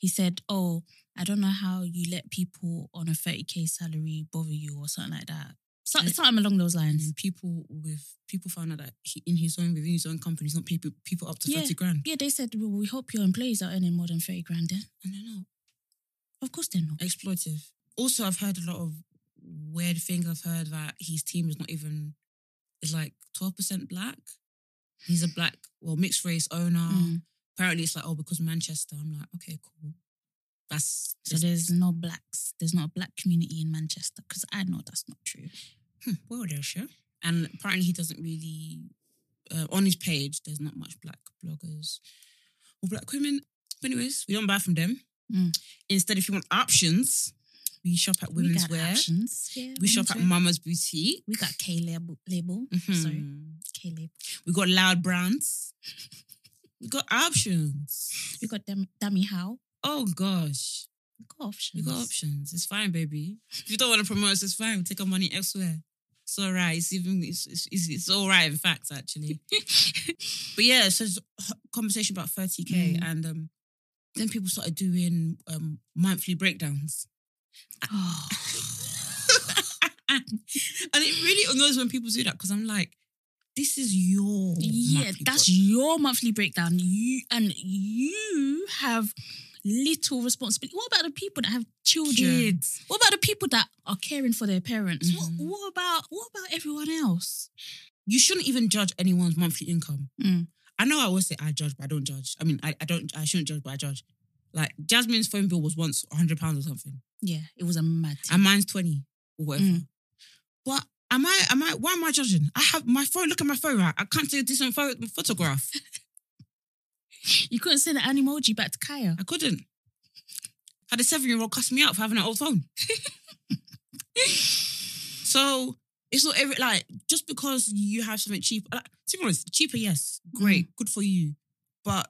He said, "Oh, I don't know how you let people on a thirty k salary bother you or something like that." So, And- something along those And lines. then people with people found out that he, in his own within his own company, he's not paying pe- people up to Yeah. thirty grand. Yeah, they said, well, we hope your employees are earning more than 30 grand then. And oh, they're not Of course they're not. exploitive. Also, I've heard a lot of weird things. I've heard that his team is not even is like twelve percent black. He's a black, well, mixed race owner. Mm. Apparently, it's like oh, because Manchester. I'm like, okay, cool. That's So there's no blacks. There's not a black community in Manchester because I know that's not true. hmm, well, there, sure. And apparently, he doesn't really uh, on his page. There's not much black bloggers or black women. But anyways, we don't buy from them. Mm. Instead, if you want options, we shop at we Women's got Wear. options. Yeah, We shop women's at wear. Mama's Boutique. We got K label. label. Sorry, Mhm. K label. We got loud brands. we got options. We got Dam- Dammy How. Oh gosh, We got options. we got options. It's fine, baby. If you don't want to promote us, it's fine. We'll take our money elsewhere. It's all right. It's even it's it's, it's, it's all right. In fact, actually, but yeah. So it's a conversation about thirty k, Mm. and um, then people started doing um monthly breakdowns. Oh, and it really annoys when people do that because I'm like, this is your yeah, monthly that's bro- your monthly breakdown. You and you have little responsibility. What about the people that have children? kids. What about the people that are caring for their parents? Mhm. What, what about what about everyone else? you shouldn't even judge anyone's monthly income. Mm. I know I always say I judge, but I don't judge. I mean, I, I don't, I shouldn't judge, but I judge. Like Jasmine's phone bill was once hundred pounds or something, Yeah, it was a mad. and mine's twenty or whatever. Mm. But am I? Am I? Why am I judging? I have my phone. Look at my phone. Right, I can't take a decent pho- photograph. You couldn't send an emoji back to Kaya. I couldn't. Had a seven-year-old cuss me out for having an old phone. so it's not every like just because you have something cheap. Like, to be honest, cheaper, yes, great, Mm. good for you. But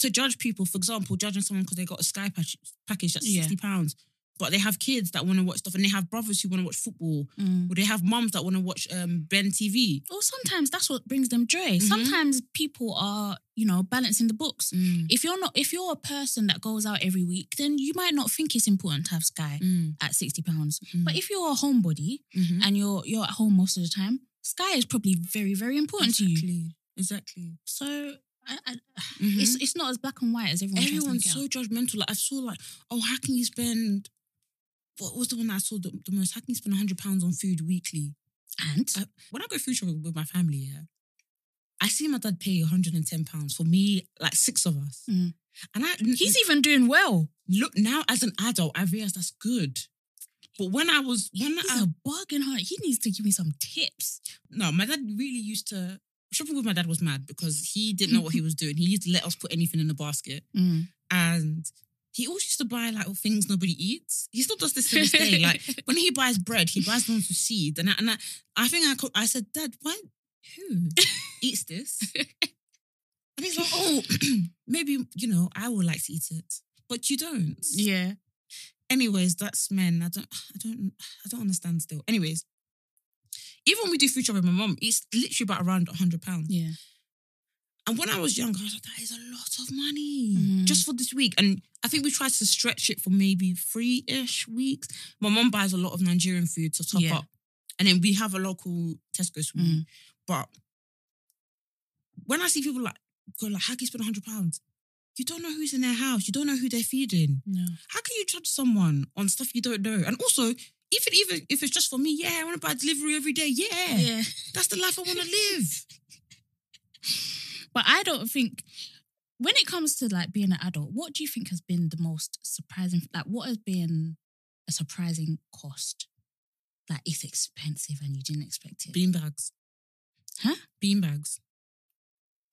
to judge people, for example, judging someone because they got a Sky patch, package that's Yeah. sixty pounds, but they have kids that want to watch stuff, and they have brothers who want to watch football, Mm. or they have mums that want to watch um, Ben TV. Or sometimes that's what brings them joy. Mm-hmm. Sometimes people are, you know, balancing the books. If you're not, if you're a person that goes out every week, then you might not think it's important to have Sky Mm. at sixty pounds. Mm. But if you're a homebody Mhm. and you're you're at home most of the time, Sky is probably very very important to you. exactly, exactly. So I, I, Mhm. it's it's not as black and white as everyone. Everyone's tries to so make judgmental. Like I saw like, oh, how can you spend what was the one that I saw the, the most? How can you spend hundred pounds on food weekly? out. and I, when I go food shopping with my family, yeah, I see my dad pay 110 pounds for me, like six of us. Mm. And I he's even doing well. look now as an adult, I realise that's good. But when I was when He's I a bargain hunter. He needs to give me some tips. no, my dad really used to shopping with my dad was mad because he didn't know what he was doing. He used to let us put anything in the basket. and he always used to buy like things nobody eats. He still does this to this day. Like when he buys bread, he buys ones with seeds. And I, and I, I think I, co- I said, Dad, why? Who eats this? And he's like, Oh, maybe you know I would like to eat it, but you don't. yeah. Anyways, that's men. I don't, I don't, I don't understand still. Anyways, even when we do food shopping, my mom it's literally about around hundred pounds. Yeah. And when I was young, I was like, that is a lot of money Mhm. just for this week. And I think we tried to stretch it for maybe three ish weeks. My mom buys a lot of Nigerian food to top Yeah. up. And then we have a local Tesco sweet. Mm. But when I see people like, go like, how can you spend 100 pounds? You don't know who's in their house. You don't know who they're feeding. No. How can you judge someone on stuff you don't know? And also, even even if it's just for me, yeah, I want to buy delivery every day. Yeah, Yeah. that's the life I want to live. But I don't think when it comes to like being an adult, what do you think has been the most surprising? Like, what has been a surprising cost? Like, it's expensive and you didn't expect it. Beanbags. Huh? Beanbags.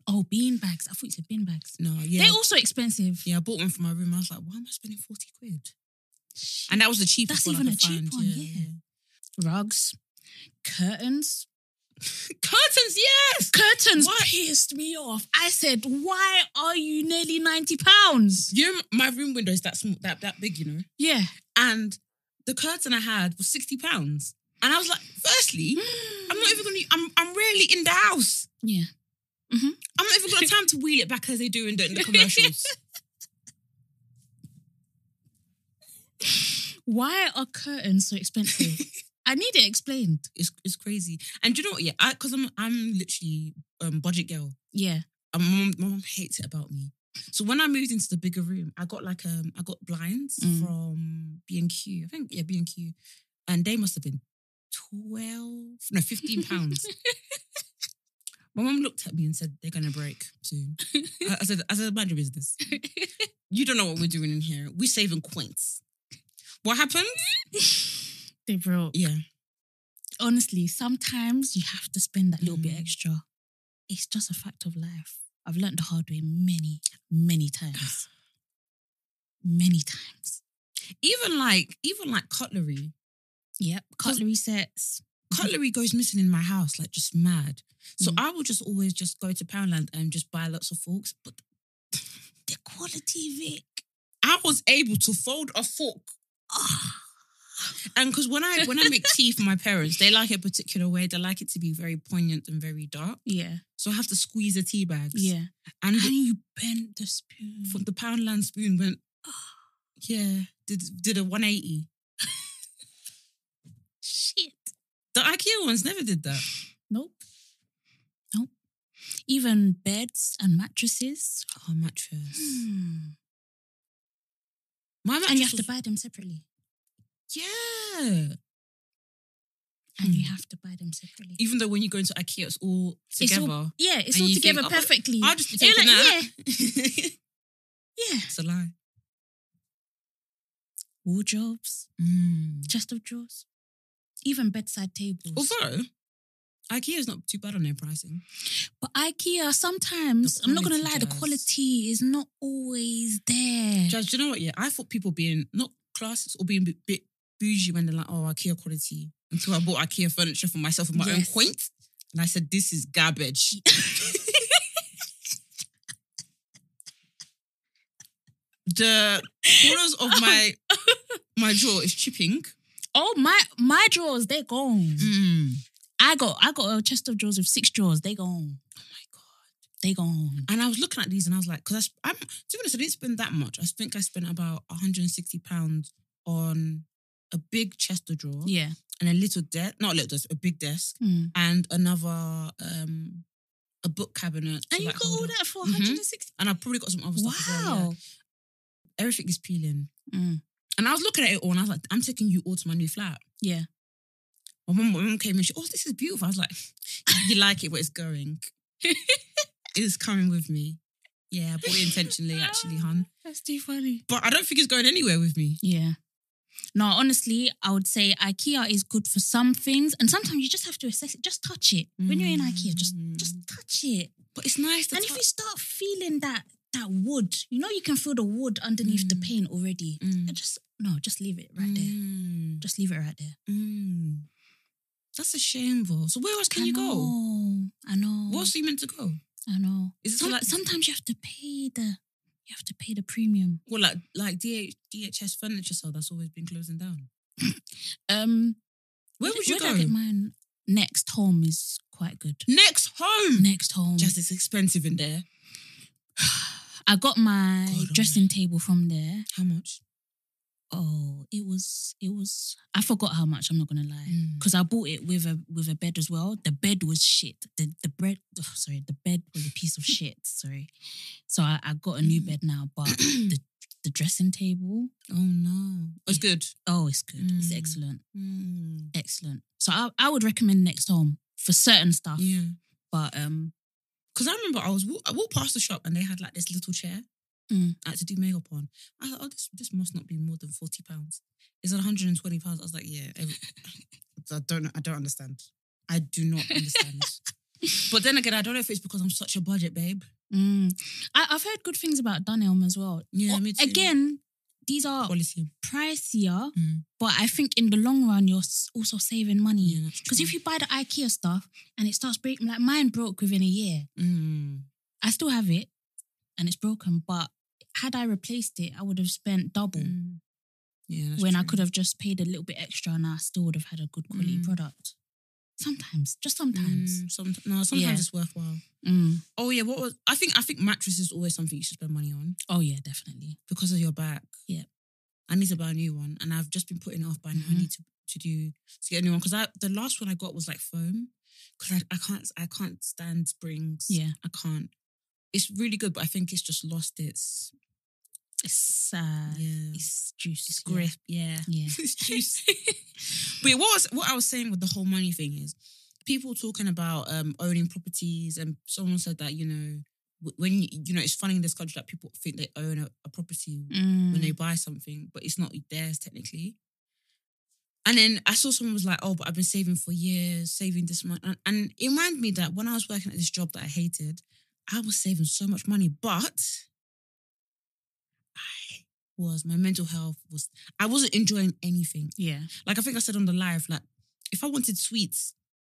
oh, bean bags. I thought you said bin bags. No, yeah. They're also expensive. Yeah, I bought one for my room. I was like, why am I spending 40 quid? And that was the cheapest That's one. I could even a find, cheap one, yeah. Rugs, curtains. Curtains, yes. Curtains What? pissed me off. I said, why are you nearly 90 pounds? You know, my room window is that small, that, that big, you know. Yeah. And the curtain I had was 60 pounds. And I was like, firstly, I'm not even gonna I'm I'm rarely in the house. Mm. Yeah. Mm-hmm. I'm not even gonna have time to wheel it back as they do in the, in the commercials. Why are curtains so expensive? I need it explained. It's it's crazy. And do you know what? Yeah, because I'm I'm literally um budget girl. Yeah. And my mom, my mom hates it about me. So when I moved into the bigger room, I got like um I got blinds Mm. from B and Q. I think yeah B and Q, and they must have been twelve no fifteen pounds. my mom looked at me and said they're gonna break soon. I, I said I said mind your business. You don't know what we're doing in here. We're saving coins. What happened? they broke. Yeah. Honestly, sometimes you have to spend that little bit Mm. extra. It's just a fact of life. I've learned the hard way many, many times. many times. Even like even like cutlery. Yep. Mm-hmm. Cutlery sets. Cutlery goes missing in my house, like just mad. So Mm. I will just always just go to Poundland and just buy lots of forks. But the quality Vic, I was able to fold a fork. Ah. And because when I when I make tea for my parents, they like it a particular way. They like it to be very poignant and very dark. Yeah. So I have to squeeze the tea bags. Yeah. And And you bent the spoon. from the Poundland spoon went, yeah, did did a 180. Shit. The IKEA ones never did that. Nope. Nope. Even beds and mattresses. Oh, mattress. Hmm. My mattress And you have to was- buy them separately. Yeah. And you Hmm. have to buy them separately. Even though when you go into IKEA, it's all It's together. all- yeah, it's And all you think, together "Oh, but perfectly. I'll just be And you're taking that. like, it's Yeah, yeah. a lie. Wardrobes, Mm. chest of drawers, even bedside tables. Although, IKEA's not too bad on their pricing. but IKEA sometimes, The I'm not gonna quality, lie, the Jazz. quality is not always there. Judge, do you know what? Yeah, I thought people being not classes or being a bit- bit bougie when they're like, oh, IKEA quality. Until I bought IKEA furniture for myself at my own Yes. point. And I said, this is garbage. the corners of my my jaw is chipping. oh my my drawers, they're gone. Mm. I got I got a chest of drawers with six drawers, they gone. Oh my god. They gone. And I was looking at these and I was like, because I, am to be honest, I didn't spend that much. I think I spent about 160 pounds on a big chest of drawer Yeah. and a little desk, not a little desk, a big desk, Hmm. and another um a book cabinet. to, And you like, got hold all up. that for Mhm. 160. And I probably got some other stuff. As well, yeah. Wow. Everything is peeling. Mm. And I was looking at it all and I was like, I'm taking you all to my new flat. Yeah. My mum, my mum came in, she, oh, this is beautiful. I was like, you like it where it's going. it's coming with me. Yeah, I bought it intentionally, actually, hun. That's too funny. But I don't think it's going anywhere with me. Yeah. No, honestly, I would say IKEA is good for some things, and sometimes you just have to assess it. Just touch it when you're in IKEA. Just, just touch it. Mm. But it's nice to Mm. and if touch- you start feeling that that wood, you know, you can feel the wood underneath the Mm. paint already. Mm. And just no, just leave it right there. Mm. Just leave it right there. Mm. That's a shame, though. So where else can I you go? know, I know. Where else are you meant to go? I know. Is it Some- like- sometimes you have to pay the, you have to pay the premium. Well, like like DH, DHS furniture sale that's always been closing down. Um, Where would you did go? I get mine? Next home is quite good. Next home. Next home. Hmm. Just it's expensive in there. I got my God, oh dressing table from there. How much? Oh, it was it was I forgot how much, I'm not gonna lie. Mm. Because I bought it with a with a bed as well. The bed was shit. The the bread oh, sorry, the bed was a piece of shit. Sorry. So I, I got a new Mm. bed now, but the, the dressing table, Oh no, it's good. oh it's good. It's Mm. excellent. Mm. Excellent. So I, I would recommend next home for certain stuff. Yeah, But um because I remember I was walk- I walked past the shop and they had like this little chair. Mm. I had to do makeup on. I thought, oh, this this must not be more than forty pounds. It's at one hundred and twenty pounds. I was like, yeah, every- I don't I don't understand. I do not understand. but then again, I don't know if it's because I'm such a budget babe. mm, I, I've heard good things about Dunelm as well. Yeah, Oh, me too. Again, these are Quality. pricier, Mm. but I think in the long run you're s- also saving money. Yeah, that's Because true. if you buy the IKEA stuff and it starts breaking, like mine broke within a year. Mm. I still have it, and it's broken. But had I replaced it, I would have spent double Mm. Yeah, that's when I true. could have just paid a little bit extra, and I still would have had a good quality Mm. product. Sometimes, just sometimes. Mm, somet- no, sometimes Yeah. it's worthwhile. Mm. Oh yeah, what was I think I think mattress is always something you should spend money on Oh yeah, definitely. because of your back. Yeah. I need to buy a new one and I've just been putting it off by now. I Mhm. need to to do to get a new one because I the last one I got was like foam because I, I can't I can't stand springs. Yeah. I can't. It's really good, but I think it's just lost its It's uh, yeah it's juice. its grip. Yeah, Yeah. it's juice. but what was, what I was saying with the whole money thing is people talking about um, owning properties, and someone said that you know w- when you, you know it's funny in this country that people think they own a, a property yeah. Mm. when they buy something, but it's not theirs technically. And then I saw someone was like, "Oh, but I've been saving for years, saving this money," and, and it reminded me that when I was working at this job that I hated, I was saving so much money, but I was my mental health was I wasn't enjoying anything. yeah. Like I think I said on the live, like if I wanted sweets,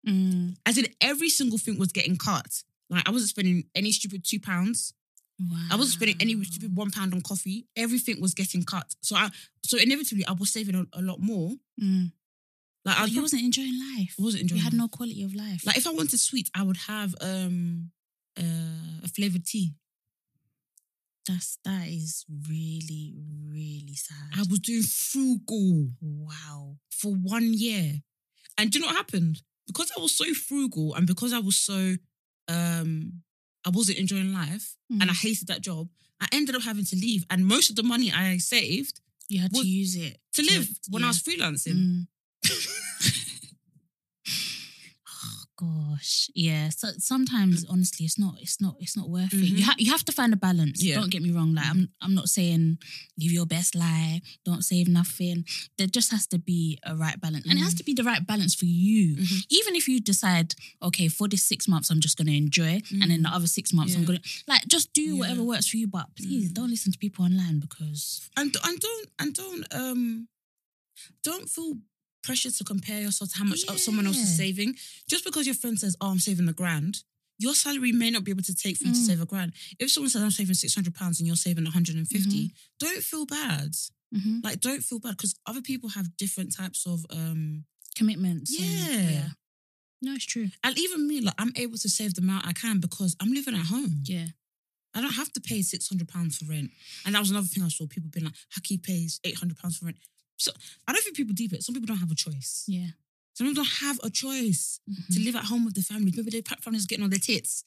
Mm. as in every single thing was getting cut. Like I wasn't spending any stupid two pounds. Wow. I wasn't spending any stupid one pound on coffee. Everything was getting cut. So I so inevitably I was saving a, a lot more. Mm. Like I But you was, wasn't enjoying life. wasn't enjoying. You had life. no quality of life. like if I wanted sweet, I would have um uh, a flavored tea. that's that is really really sad. I was doing frugal wow. for one year, and do you know what happened? Because I was so frugal and because I was so um I wasn't enjoying life and I Mm. hated that job. I ended up having to leave, and most of the money I saved you had was- to use it to live when I yeah. was freelancing. Mm. oh gosh, yeah. So sometimes, honestly, it's not, it's not, it's not worth it. You Mhm. have you have to find a balance. Yeah. Don't get me wrong. Like I'm, I'm not saying live your best life. Don't save nothing. There just has to be a right balance, and it has Mhm. to be the right balance for you. Mhm. Even if you decide, okay, for this six months, I'm just going to enjoy, and then the other six months, Mm. I'm Yeah. going to like just do whatever Yeah. works for you. But please Mm. don't listen to people online because and and don't and don't um don't feel pressure to compare yourself to how much else someone else is Yeah. saving just because your friend says oh i'm saving a grand your salary may not be able to take for you to Mm. save a grand if someone says i'm saving 600 pounds and you're saving 150 Mhm. don't feel bad mhm, like don't feel bad because other people have different types of um commitments. and- Yeah. yeah. No, it's true. and even me like i'm able to save the amount i can because i'm living at home Yeah. I don't have to pay six hundred pounds for rent. And that was another thing I saw people being like, Haki pays eight hundred pounds for rent. So I don't think people deep it. Some people don't have a choice. Yeah. Some people don't have a choice Mhm. to live at home with their family. Maybe their pa- family's getting on their tits.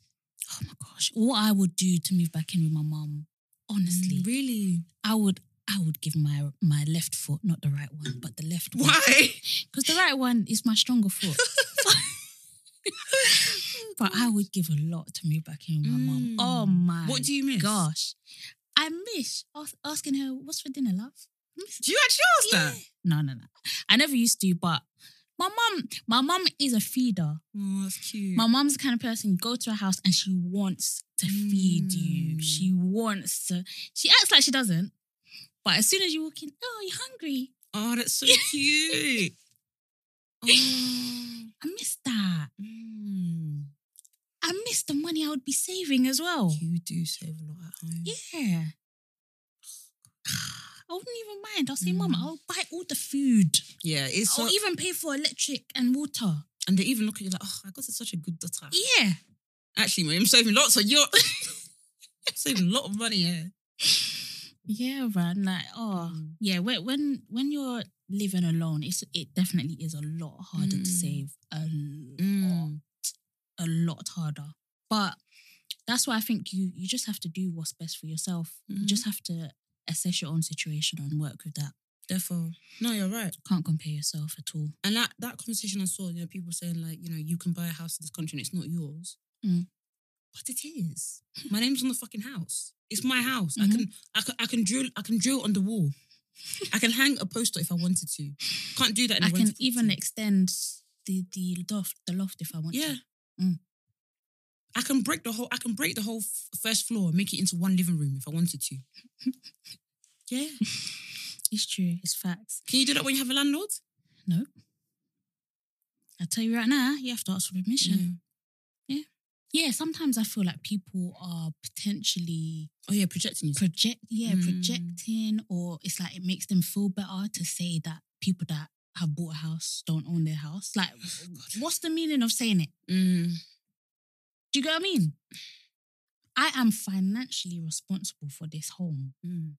Oh my gosh. What I would do to move back in with my mum, honestly, Mm. really? I would I would give my my left foot, not the right one, but the left one. Why? Because the right one is my stronger foot. but I would give a lot to move back in with my mum. Mm. Oh my What do you miss? gosh. I miss as- asking her, what's for dinner, love? Do you actually ask that? No, no, no. I never used to, but my mum, my mum is a feeder. Oh, that's cute. My mom's the kind of person you go to her house and she wants to feed you. Mm. She wants to. She acts like she doesn't, but as soon as you walk in, oh, you're hungry. oh, that's so cute. oh. I miss that. Mm. I miss the money I would be saving as well. You do save a lot at home. Oh. Yeah. I wouldn't even mind. I'll say, Mum, Mm. I'll buy all the food. Yeah, it's so. I'll even pay for electric and water. and they even look at you like, oh, I got such a good daughter. Yeah. Actually, mate, I'm saving lots of your saving a lot of money here. Yeah, man. Like, oh, Mm. yeah. When when when you're living alone, it's it definitely is a lot harder to Mm. save. A lot, a lot harder. But that's why I think you you just have to do what's best for yourself. You Mhm. just have to assess your own situation and work with that. Therefore, no, you're right. Can't compare yourself at all. And that that conversation I saw, you know, people saying like, you know, you can buy a house in this country and it's not yours, Mm. but it is. My name's on the fucking house. It's my house. Mhm. I can I can I can drill I can drill on the wall. I can hang a poster if I wanted to. Can't do that. In a I can rented even property. extend the the loft the loft if I want. yeah. To. Mm. I can break the whole. I can break the whole f- first floor and make it into one living room if I wanted to. yeah. It's true. It's facts. Can you do that when you have a landlord? No. I tell you right now, you have to ask for permission. Mm. yeah, sometimes I feel like people are potentially Oh yeah, projecting yourself. project, yeah, Mm. projecting, or it's like it makes them feel better to say that people that have bought a house don't own their house. Like, Oh, what's the meaning of saying it? Mm. Do you get what I mean? I am financially responsible for this home. Mm.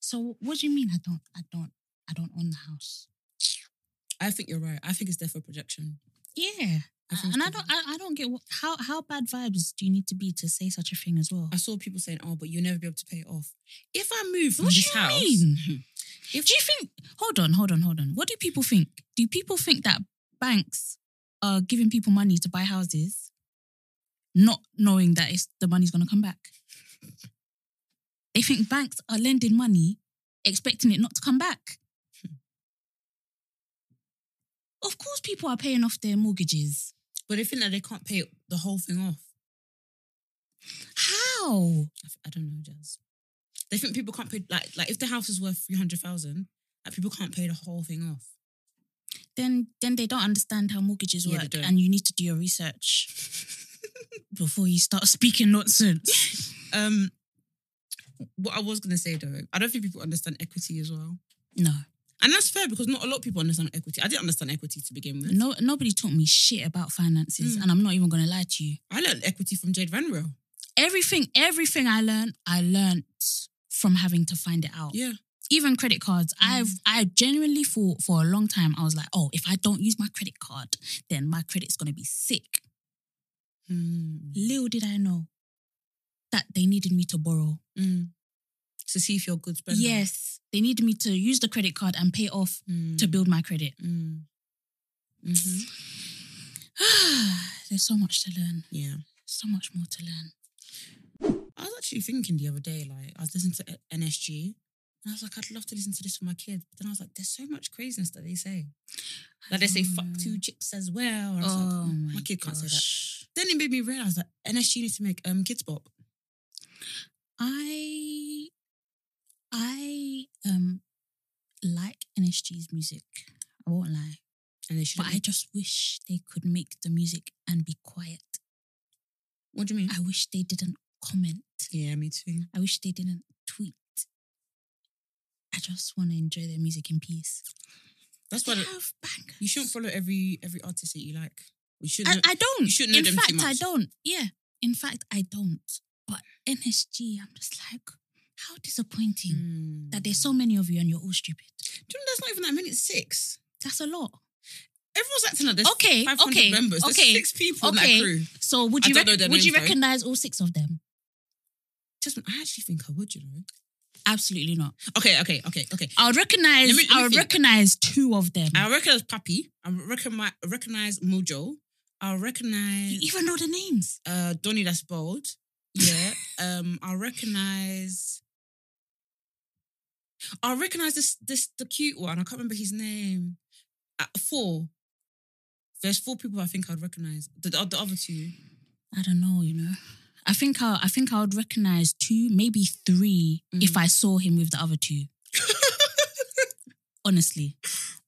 So what do you mean I don't, I don't, I don't own the house? I think you're right. I think it's there for projection. Yeah. I think and it's I don't, I, I don't get what, how how bad vibes do you need to be to say such a thing as well? I saw people saying, "Oh, but you'll never be able to pay it off." If I move from What do this you house, mean? If- do you think? Hold on, hold on, hold on. What do people think? Do people think that banks are giving people money to buy houses, not knowing that it's, the money's going to come back? They think banks are lending money, expecting it not to come back. Of course, people are paying off their mortgages. but they think that they can't pay the whole thing off. How? I, th- I don't know, Jazz. They think people can't pay like like if the house is worth three hundred thousand, like people can't pay the whole thing off. Then, then they don't understand how mortgages Yeah, they work, don't. and you need to do your research before you start speaking nonsense. Um, what I was gonna say though, I don't think people understand equity as well, No, and that's fair because not a lot of people understand equity. I didn't understand equity to begin with. no, nobody taught me shit about finances, Mm. and I'm not even gonna lie to you. I learned equity from Jade Van Reel. Everything, everything I learned, I learned from having to find it out. Yeah, Mm. Even credit cards, I've I genuinely thought for a long time I was like, oh, if I don't use my credit card, then my credit's gonna be sick. mm. Little did I know that they needed me to borrow. Mm. to see if you're a good spender. Yes, they needed me to use the credit card and pay off Mm. to build my credit. Mm. hmm Mm-hmm. There's so much to learn, Yeah. so much more to learn. I was actually thinking the other day, like, I was listening to uh, NSG and I was like, I'd love to listen to this for my kids. But then I was like, there's so much craziness that they say. Like, they say fuck two chips as well. And I was like, Oh my, my kid can't say that. gosh. Then it made me realize that NSG needs to make um, Kids Bop. I I um like NSG's music. I won't lie, And they should. but I just wish they could make the music and be quiet. What do you mean? I wish they didn't comment. yeah, me too. I wish they didn't tweet. I just want to enjoy their music in peace. That's They why have bangers. you shouldn't follow every every artist that you like. You I, shouldn't. I don't. you shouldn't know in them too fact, I much. don't. Yeah. In fact, I don't. But NSG, I'm just like, how disappointing. Mm. that there's so many of you and you're all stupid. Do you know there's not even that many? It's six. That's a lot. Everyone's acting like there's Okay, 500 okay, members. There's okay, six people in okay. that crew. So would I you don't rec- know their would names, you though. recognize all six of them? Jasmine, I actually think I would, you know. Absolutely not. Okay, okay, okay, okay. I would recognize Let me- let me I would think. recognize two of them. I recognize Papi. I recognize, recognize Mojo. I you recognize even know the names. uh, Donny that's bold. Yeah. um, I recognize. I recognize this this the cute one. I can't remember his name. Uh, four. There's four people I think I'd recognize. The, the, the other two. I don't know, you know. I think I I think I would recognize two, maybe three Mm. if I saw him with the other two. Honestly.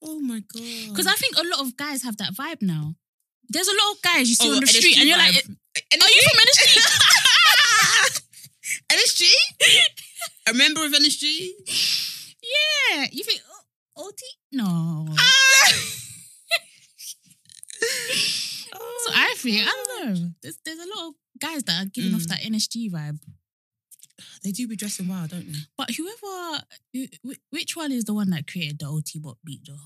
Oh my god. Because I think a lot of guys have that vibe now. There's a lot of guys you see oh, on the street and you're like, Are you from NSG? NSG? A member of NSG? yeah. You think oh, OT? No. So I feel I don't know. There's, there's a lot of guys that are giving off Mm. that NSG vibe. They do be dressing wild, don't they? But whoever, wh- wh- which one is the one that created the OT bot beat though?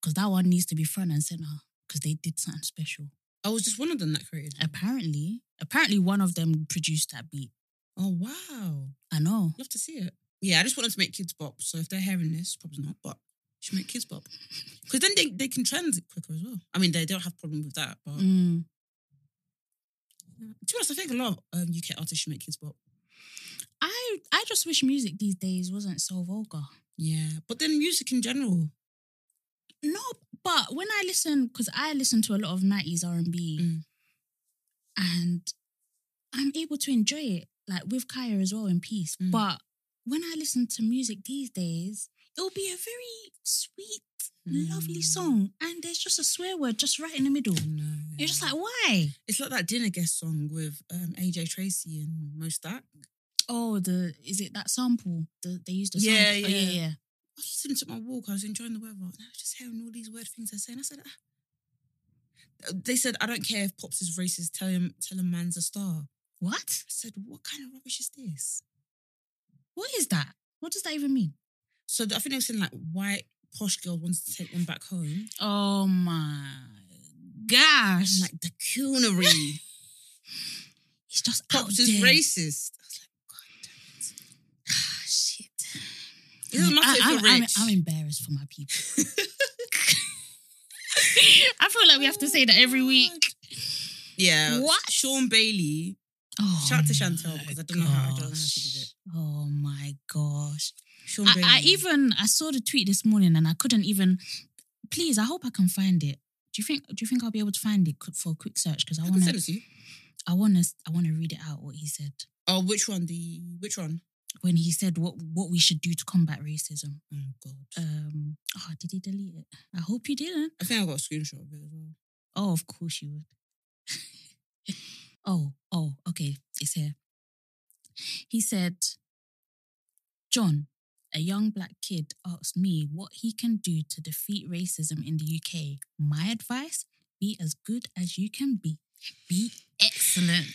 Because that one needs to be front and center because they did something special. I was just one of them that created. it. Apparently, apparently one of them produced that beat. Oh wow. I know. Love to see it. Yeah, I just wanted to make kids bop. So if they're hearing this, probably not, but should make kids bop. Because then they, they can transit quicker as well. I mean, they don't have problem with that, but Mm. to be honest, I think a lot of um, UK artists should make kids bop. I I just wish music these days wasn't so vulgar. Yeah. But then music in general. No, but when I listen, because I listen to a lot of nineties R and B, Mm. and I'm able to enjoy it like with Kaya as well in peace. Mm. But when I listen to music these days, it'll be a very sweet, lovely Mm. song, and there's just a swear word just right in the middle. No. You're just like, why? It's like that dinner guest song with um, AJ Tracy and Mostak. Oh, the is it that sample? The, they used the Yeah, sample. Oh, yeah. yeah, yeah. I was just sitting to my walk. I was enjoying the weather, and I was just hearing all these weird things they're saying. I said, ah. "They said I don't care if Pops is racist. Tell him, tell him, man's a star." What? I said, "What kind of rubbish is this?" What is that? What does that even mean? So I think they were saying like white posh girls wanted to take them back home. Oh my gosh. I'm like the coonery. it's just out Pops is there. racist. I was Ah, shit. It doesn't matter if you're I'm- rich. I'm embarrassed for my people. I feel like we have to say that every week. like, yeah. What? Sean Bailey. Oh Shout out to Chantel, my because I don't know how- I don't know how she gosh. did it. Oh my gosh! Sean Bailey. I, I even I saw the tweet this morning and I couldn't even. Please, I hope I can find it. Do you think Do you think I'll be able to find it qu- for a quick search? Because I I want can send it to. to you. I want to. I want to read it out what he said Oh, which one? The which one? when he said what what we should do to combat racism. Oh God. Um. Oh, did he delete it? I hope you didn't. I think I got a screenshot of it as well. Oh, of course you would. oh, oh, okay. It's here. He said, John, a young black kid asked me what he can do to defeat racism in the UK. My advice be as good as you can be. Be excellent.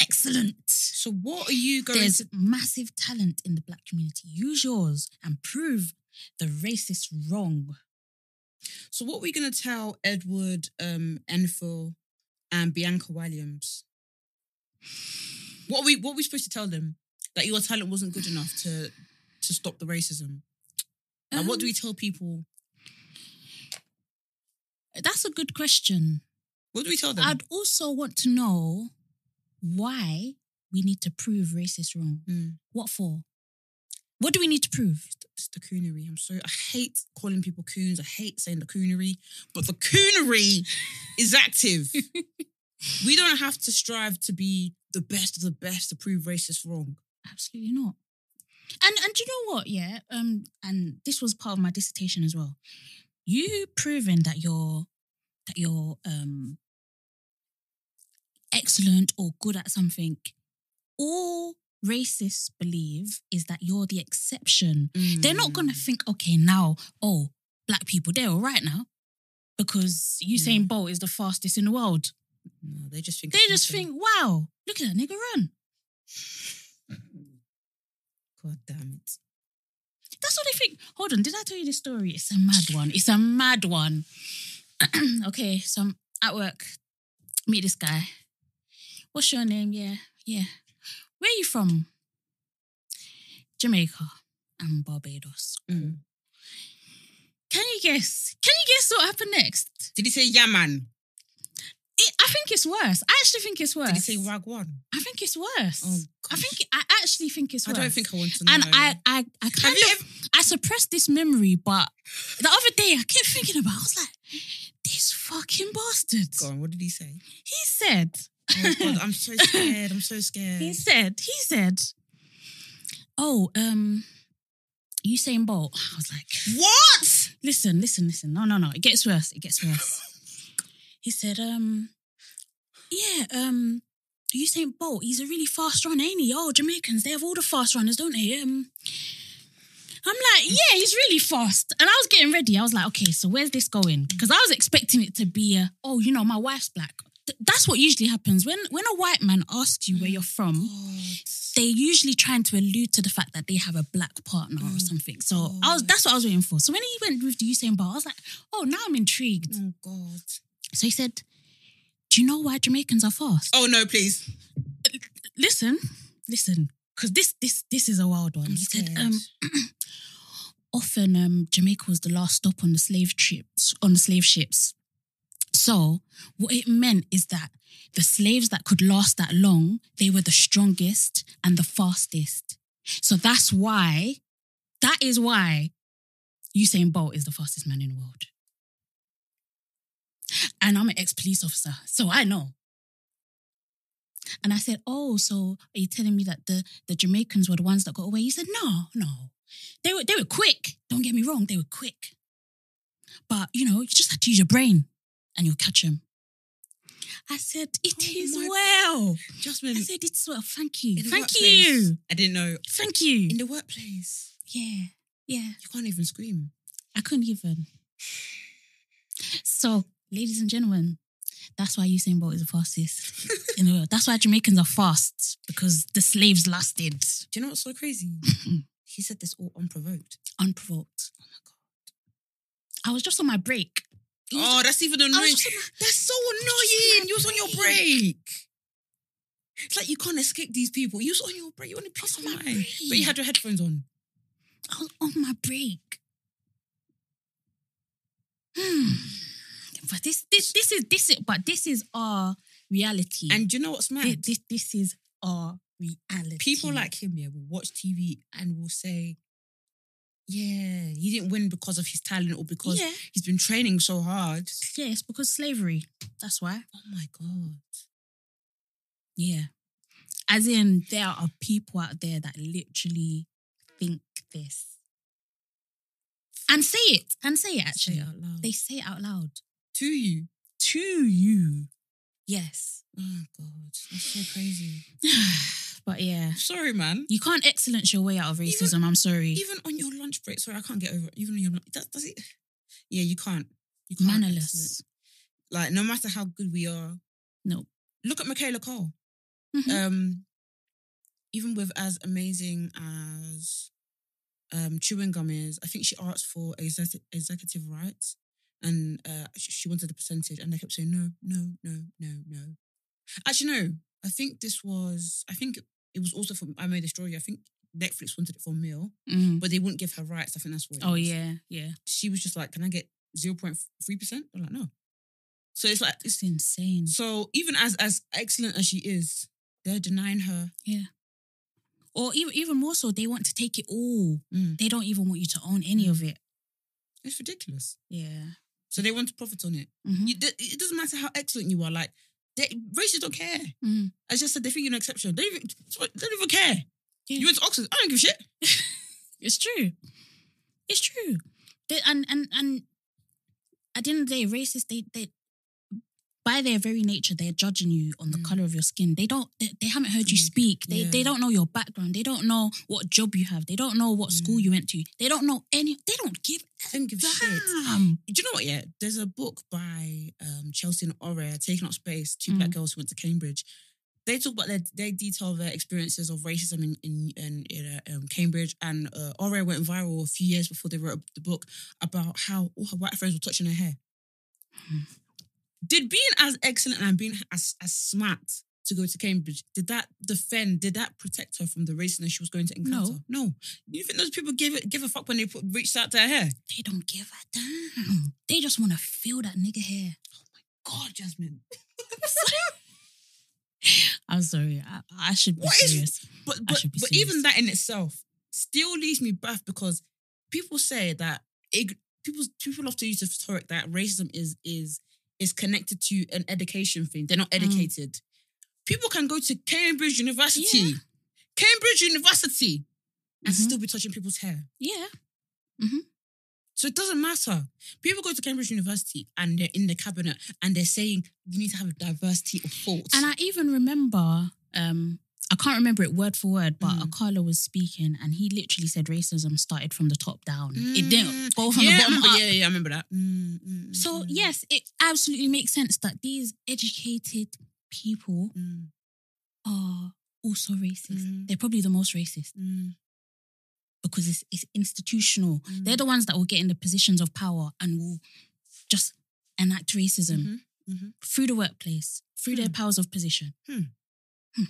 Excellent. So what are you going There's to massive talent in the black community. Use yours and prove the racist wrong. So what are we gonna tell Edward um Enfield and Bianca Williams? What are we what are we supposed to tell them? That your talent wasn't good enough to to stop the racism. And what do Um, we tell people? That's a good question. What do we tell them? I'd also want to know why we need to prove racist wrong. Mm. What for? What do we need to prove? It's the coonery. I'm sorry. I hate calling people coons. I hate saying the coonery, but the coonery is active. we don't have to strive to be the best of the best to prove racist wrong. Absolutely not. And and do you know what? Yeah. Um. And this was part of my dissertation as well. You proving that you're that you're um excellent or good at something. All racists believe is that you're the exception. They're not going to think, okay, now, oh, black people, they're all right now because Usain Bolt is the fastest in the world. Hmm. No, they just think. They it's just nothing. think, wow, look at that nigga run. God damn it. That's what they think. Hold on, did I tell you this story? It's a mad one. It's a mad one. okay, so I'm at work. Meet this guy. What's your name? Yeah, yeah. Where you from? Jamaica and Barbados. Mm. Can you guess? Can you guess what happened next? Did he say Yaman? It, I think it's worse. I actually think it's worse. Did he say Wagwan? I think it's worse. Oh, I gosh. think I actually think it's I worse. don't think I want to know. And I, I, I Mm. kind you of, I suppressed this memory, but the other day I kept thinking about. it. I was like, "This fucking bastard." Go on, what did he say? He said. Oh, God, I'm so scared. I'm so scared. He said. He said. Oh, um, Usain Bolt. I was like, what? listen, listen, listen. No, no, no. It gets worse. It gets worse. he said, um, yeah, um, Usain Bolt, he's a really fast runner, ain't he? Oh, Jamaicans, they have all the fast runners, don't they? Um, I'm like, yeah, he's really fast. And I was getting ready. I was like, okay, so where's this going? Because I was expecting it to be a, oh, you know, my wife's black. Th- that's what usually happens. When when a white man asks you where you're from, they're usually trying to allude to the fact that they have a black partner or something. So I was that's what I was waiting for. So when he went with the Usain Bolt, I was like, oh, now I'm intrigued. Oh God. So he said, "Do you know why Jamaicans are fast? Oh no, please. Oh, Listen, listen, because this this this is a wild one." I'm he scared. said, um, "Often um, Jamaica was the last stop on the slave trips on the slave ships. So what it meant is that." The slaves that could last that long, they were the strongest and the fastest. So that's why, that is why Usain Bolt is the fastest man in the world. And I'm an ex police officer, so I know. And I said, Oh, so are you telling me that the, the Jamaicans were the ones that got away? He said, No, no. They were, they were quick. Don't get me wrong, they were quick. But, you know, you just had to use your brain and you'll catch them. I said, "It Oh is my- well. Jasmine. I said, it's well. Thank you. in the Thank workplace. you. I didn't know. Thank you. In the workplace, yeah. Yeah. you can't even scream. I couldn't even. So, ladies and gentlemen, that's why Usain Bolt is the fastest in the world. That's why Jamaicans are fast because the slaves lasted. Do you know what's so crazy? She said this all unprovoked. unprovoked. Oh my god! I was just on my break. It was Oh, that's even I was annoying. just on my- That's so was just on annoying. my You was on your break. It's like you can't escape these people. You was on your break. You want to peace on of my mind. But you had your headphones on. I was on my break. Hmm. But this, this, this is this is but this is our reality. And do you know what's Thi- mad? this, this is our reality. Hmm. People like him, yeah, will watch TV and will say, yeah, he didn't win because of his talent or because yeah, he's been training so hard. yeah, it's because slavery. That's why. Oh my God. Yeah. As in, there are people out there that literally think this. And say it. And say it actually. Say it out loud. They say it out loud. to you. To you. Yes. Oh God. That's so crazy. but yeah. Sorry, man. You can't excellence your way out of racism, I'm sorry. Even on your lunch break, sorry, I can't get over it. Even on your lunch, does, does it? Yeah, you can't. You can't. Mannerless. Like, no matter how good we are. No. Look at Michaela Cole. Mhm. Um, even with as amazing as um, chewing gum is, I think she asked for exec- executive rights and uh, sh- she wanted a percentage, and they kept saying no, no, no, no, no. Actually, no. I think this was. I think it was also for. I made a story. I think Netflix wanted it for a meal, Mm. but they wouldn't give her rights. I think that's what. it Oh, was. yeah. Yeah. She was just like, "Can I get zero point three percent?" I'm like, "No." So it's like, It's insane. so even as as excellent as she is, they're denying her. Or even, even more so, they want to take it all. Mm. They don't even want you to own any of it. It's ridiculous. Yeah. So they want to profit on it. Mhm. You, th- it doesn't matter how excellent you are. Like, they, racists don't care. Mm. I just said they think you're an exception. They don't even, they don't even care. Yeah. You went to Oxford. I don't give a shit. It's true. It's true. They, and and and at the end of the day, racists they they by their very nature they're judging you on the Mm. color of your skin. They don't they, they haven't heard you Mm. speak. They they Yeah. don't know your background. They don't know what job you have. They don't know what school Mm. you went to. They don't know any. They don't give I don't give a a shit. damn. Do you know what? Yeah, there's a book by um, Chelsea and Ore, Taking Up Space, two black girls who went to Cambridge. They talk about their, they detail their experiences of racism in in, in, in uh, um, Cambridge, and uh, Ore went viral a few years before they wrote the book about how all her white friends were touching her hair. Hmm. Did being as excellent and being as, as smart to go to Cambridge, did that defend, did that protect her from the racism she was going to encounter? No. You think those people give, it, give a fuck when they put, reached out to her hair? They don't give a damn. They just want to feel that nigga hair. God, Jasmine. I'm sorry. I, I should be What is- serious. But but, should be but serious. even that in itself still leaves me baffled because people say that ig- people people love to use the rhetoric that racism is is is connected to an education thing. They're Mm. not educated. People can go to Cambridge University, Yeah. Cambridge University, and Mhm. still be touching people's hair. Yeah. So it doesn't matter. People go to Cambridge University and they're in the cabinet and they're saying you need to have a diversity of thoughts. And I even remember, um, I can't remember it word for word, but Mm. Akala was speaking and he literally said racism started from the top down. It Mm. didn't go from yeah, the I bottom remember, up. yeah, yeah, I remember that. Mm, mm, mm, So, mm. yes, it absolutely makes sense that these educated people Mm, are also racist. Mm. They're probably the most racist mm, because it's, it's institutional. Mm. They're the ones that will get in the positions of power and will just enact racism mhm, mhm. through the workplace, through their Hmm. powers of position. Hmm. Hmm.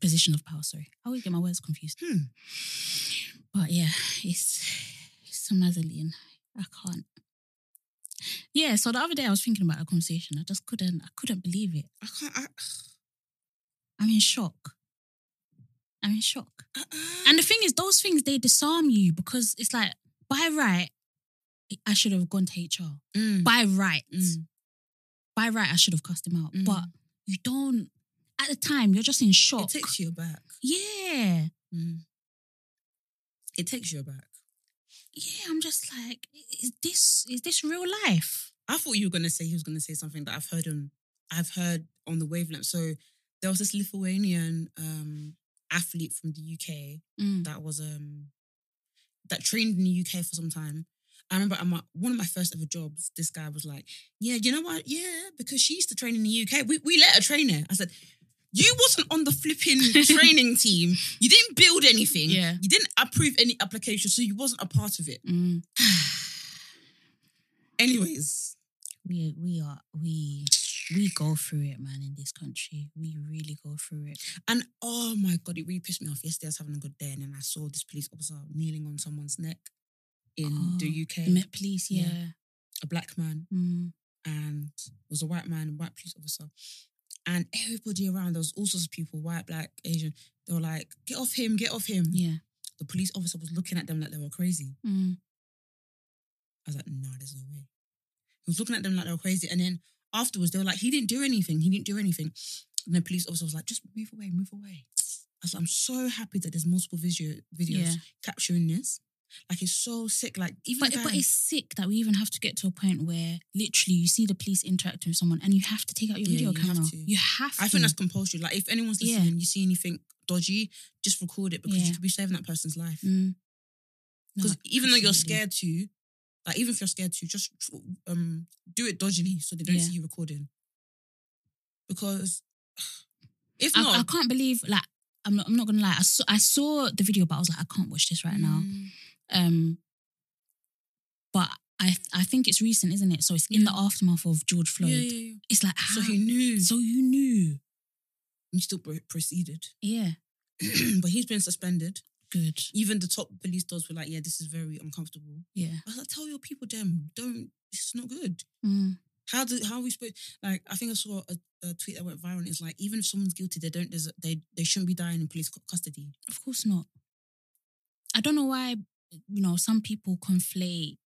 Position of power, sorry. I always get my words confused. Hmm. But yeah, it's, it's some mazzoline. I can't. Yeah, so the other day I was thinking about a conversation. I just couldn't, I couldn't believe it. I can't. I, I'm in shock. I'm in shock. uh, And the thing is, those things, they disarm you because it's like, by right, I should have gone to HR. By right. Mm. By right, I should have cussed him out. Mm. But you don't, at the time, you're just in shock. it takes you back. Yeah. It takes you back. Yeah, I'm just like, is this is this real life? I thought you were gonna say he was gonna say something that I've heard on. I've heard on the wavelength. So there was this Lithuanian um, athlete from the UK that was um, that trained in the UK for some time. I remember at my, one of my first ever jobs, this guy was like, Yeah, you know what? Yeah, because she used to train in the UK. We, we let her train there. I said, You wasn't on the flipping training team. You didn't build anything. Yeah. You didn't approve any application, so you wasn't a part of it. Mm. Anyways, We we are we we go through it, man. In this country, we really go through it. and oh my god, it really pissed me off. Yesterday I was having a good day, and then I saw this police officer kneeling on someone's neck in the Oh, UK. Met police, yeah. a black man Mm. and it was a white man, a white police officer. And everybody around, there was all sorts of people, white, black, Asian. They were like, get off him, get off him. yeah. The police officer was looking at them like they were crazy. Mm. I was like, nah, there's no way. He was looking at them like they were crazy. And then afterwards, they were like, he didn't do anything. He didn't do anything. And the police officer was like, just move away, move away. I was like, I'm so happy that there's multiple video, videos Yeah. capturing this. Like, it's so sick. Like, even But, the but guy- it's sick that we even have to get to a point where literally you see the police interacting with someone and you have to take out your Yeah, video you have camera. to. You have to. I think that's compulsory. Like if anyone's Hmm. Yeah. listening, you see anything dodgy, just record it because Yeah. you could be saving that person's life. Mm. No, Because even though you're absolutely. scared to, like even if you're scared to, just um do it dodgily so they don't Yeah. see you recording. Because if I, not, I can't believe like I'm not I'm not gonna lie. I saw I saw the video, but I was like, I can't watch this right now. Mm, Um, but I I think it's recent, isn't it? So it's in the Yeah. aftermath of George yeah, Floyd. yeah, yeah. It's like So how? he knew. so you knew. he still pro- proceeded, Yeah. but he's been suspended. Good. Even the top police dogs were like, "Yeah, this is very uncomfortable." Yeah. I was like, "Tell your people, them don't. It's not good." Mm. How do how are we supposed like I think I saw a, a tweet that went viral. And it's like even if someone's guilty, they don't des- they they shouldn't be dying in police cu- custody. Of course not. I don't know why, you know, some people conflate,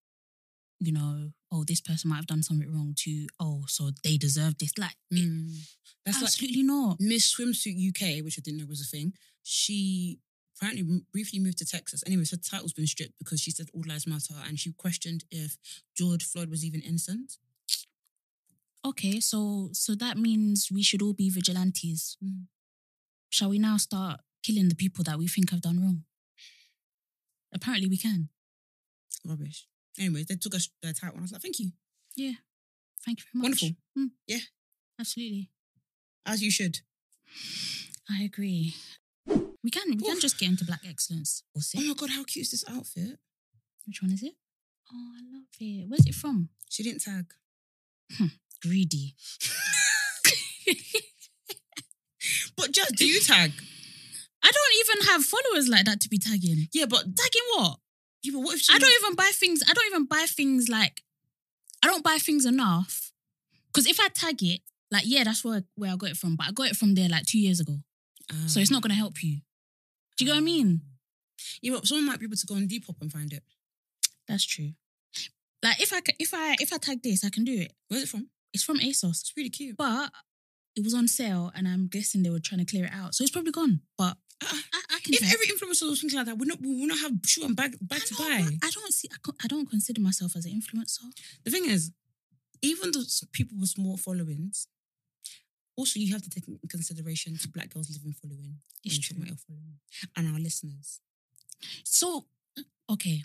you know, oh, this person might have done something wrong to, oh, so they deserve this. Like, it- Mm. That's absolutely like not. Miss Swimsuit UK, which I didn't know was a thing. She apparently m- briefly moved to Texas. Anyways, her title's been stripped because she said all lives matter, and she questioned if George Floyd was even innocent. Okay, so so that means we should all be vigilantes. Mm. Shall we now start killing the people that we think have done wrong? Apparently, we can. Rubbish. Anyways, they took us their title, and I was like, "Thank you, Thank you very much. Wonderful. Mm. Yeah. absolutely. as you should." I agree. We can we can Oof. just get into black excellence. Or Oh six. my god, how cute is this outfit? Which one is it? Oh, I love it. Where's it from? She didn't tag. Greedy. But just do you tag? I don't even have followers like that to be tagging. Yeah, but Tagging what? yeah, but what if she? I don't even buy things. I don't even buy things like. I don't buy things enough. Because if I tag it, like, yeah, that's where, where I got it from. But I got it from there like two years ago. Ah. So it's not going to help you. Do you get what I mean? Yeah, but someone might be able to go on Depop and find it. That's true. Like if I ca- if I if I tag this, I can do it. Where's it from? It's from ASOS. It's really cute. but it was on sale, and I'm guessing they were trying to clear it out. So it's probably gone. But Ah, I, I can. if try. every influencer was thinking like that, we not we will not have shoe and bag bag to I, know, buy. but I don't see. I, co- I don't consider myself as an influencer. The thing is, even those people with small followings, also you have to take into consideration to black girls living following, It's and true. female following, and our listeners. So mm, okay,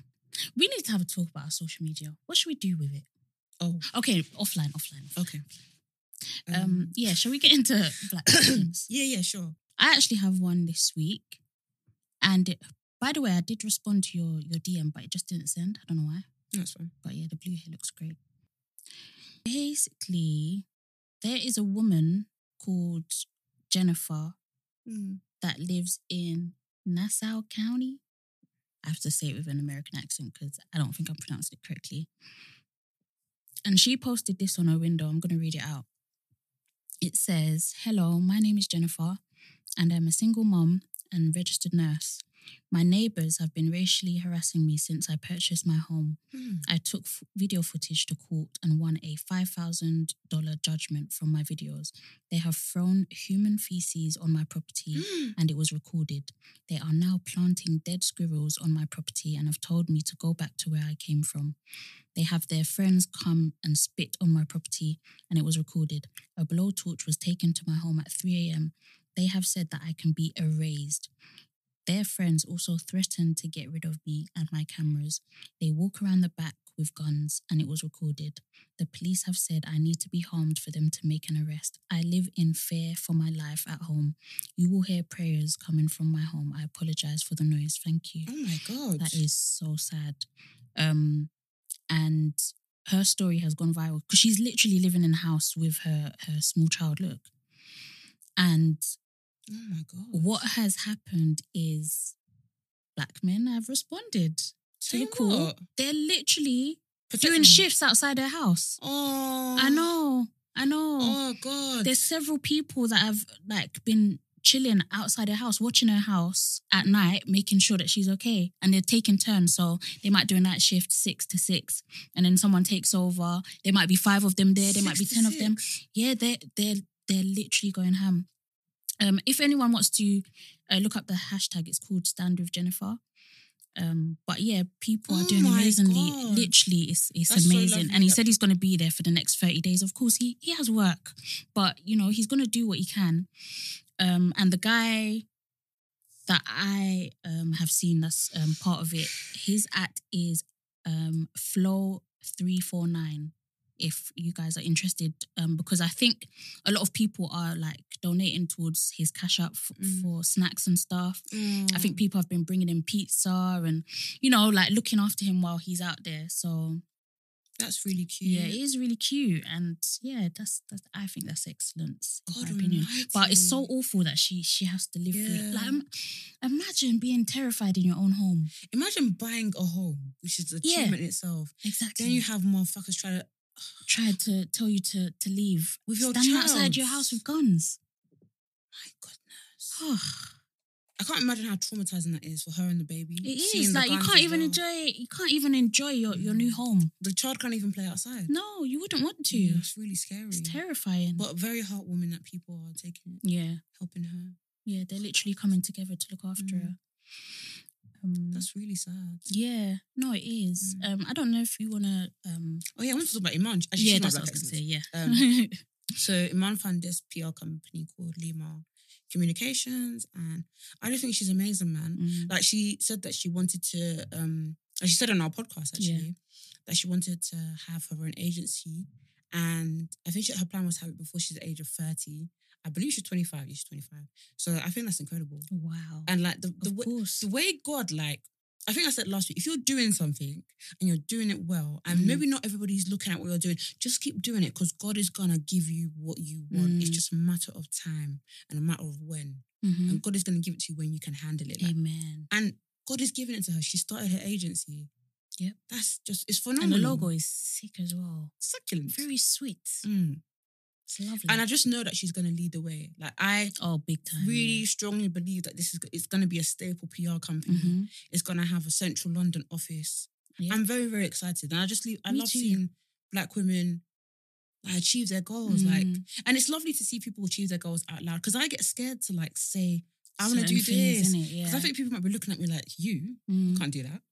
we need to have a talk about our social media. What should we do with it? Oh, Okay, offline, offline. okay. Um, yeah. Shall we get into black excellence? yeah, yeah, sure. I actually have one this week, and it, by the way, I did respond to your your DM, but it just didn't send. I don't know why. That's fine. But yeah, the blue hair looks great. Basically, there is a woman called Jennifer that lives in Nassau County. I have to say it with an American accent because I don't think I pronounced it correctly. And she posted this on her window. I'm going to read it out. It says, Hello, my name is Jennifer, and I'm a single mom and registered nurse. My neighbors have been racially harassing me since I purchased my home. Hmm. I took f- video footage to court and won a $5,000 judgment from my videos. They have thrown human feces on my property Hmm. and it was recorded. They are now planting dead squirrels on my property and have told me to go back to where I came from. They have their friends come and spit on my property and it was recorded. A blowtorch was taken to my home at 3 a.m. They have said that I can be erased. Their friends also threatened to get rid of me and my cameras. They walk around the back with guns and it was recorded. The police have said I need to be harmed for them to make an arrest. I live in fear for my life at home. You will hear prayers coming from my home. I apologize for the noise. Thank you. Oh my god. That is so sad. Um, and her story has gone viral because she's literally living in a house with her her small child. Look, and Oh my god. what has happened is black men have responded to Say the call. what? They're literally Protecting doing her. shifts outside their house. Oh. I know, I know. Oh god. There's several people that have like been chilling outside her house, watching her house at night, making sure that she's okay. And they're taking turns. So they might do a night shift six to six. And then someone takes over. There might be five of them there. There might be Six to ten of them. six. Yeah, they're they're they're literally going ham. Um, if anyone wants to uh, look up the hashtag, it's called Stand with Jennifer. Um, but yeah, people are Oh doing my amazingly. God. Literally, it's it's That's so amazing. lovely and he that- said he's going to be there for the next thirty days. Of course, he he has work, but you know he's going to do what he can. Um, and the guy that I um have seen that's um part of it, his at is um flow three four nine. If you guys are interested, um, because I think a lot of people are like donating towards his cash up f- Mm. for snacks and stuff. I Oh. think people have been bringing him pizza and, you know, like looking after him while he's out there. So that's really cute. yeah, it is really cute, and yeah, that's that's. I think that's excellence in God my opinion. But it's so almighty. awful that she she has to live through. Yeah. It. Like, im- imagine being terrified in your own home. Imagine buying a home, which is achievement in itself. Exactly. Then you have motherfuckers try to. tried to tell you to to leave With your standing outside child. your house with guns. My goodness. I can't imagine how traumatizing that is for her and the baby. It Seeing is the like you guns can't as even well. Mm. enjoy it. You can't even enjoy your, your new home. The child can't even play outside. No, you wouldn't want to. Yeah, it's really scary. It's terrifying. But very heartwarming that people are taking it, yeah, helping her. yeah, they're literally coming together to look after Mm. her. Um, That's really sad. Yeah, no, it is. Um, I don't know if you wanna. Um, Oh yeah, I want to talk about Iman. Actually, yeah, she's not that's Black what I was gonna say. Excellence. Yeah. Um, So Iman found this PR company called Lima Communications, and I just think she's amazing, man. Mm. um, Like she said that she wanted to, um, and she said on our podcast actually that she wanted to have her own agency, and I think she, her plan was to have it before she's the age of thirty. I believe she's twenty five. She's twenty five. So I think that's incredible. Oh, wow. And like um, the the, of wa- course. the way God like. I think I said last week, if you're doing something and you're doing it well, and Mhm. maybe not everybody's looking at what you're doing, just keep doing it because God is going to give you what you want. It's Mm. just a matter of time and a matter of when. Mhm. And God is going to give it to you when you can handle it. Like, Amen. and God is giving it to her. She started her agency. Yep. That's just, it's And phenomenal. the logo is sick as well. Succulent. Very sweet. Mm. It's lovely. And I just know that she's going to lead the way. Like, I oh, big time. really strongly believe that this is, it's going to be a staple PR Yeah. company. Mhm. It's going to have a central London office. Yeah. I'm very, very excited. And I just leave, I Me love too. seeing black women like, achieve their goals. Like, Mm. and it's lovely to see people achieve their goals out loud because I get scared to like say, I want to Certain do things, this. innit? Yeah. Because I think people might be looking at me like, you Mm. can't do that.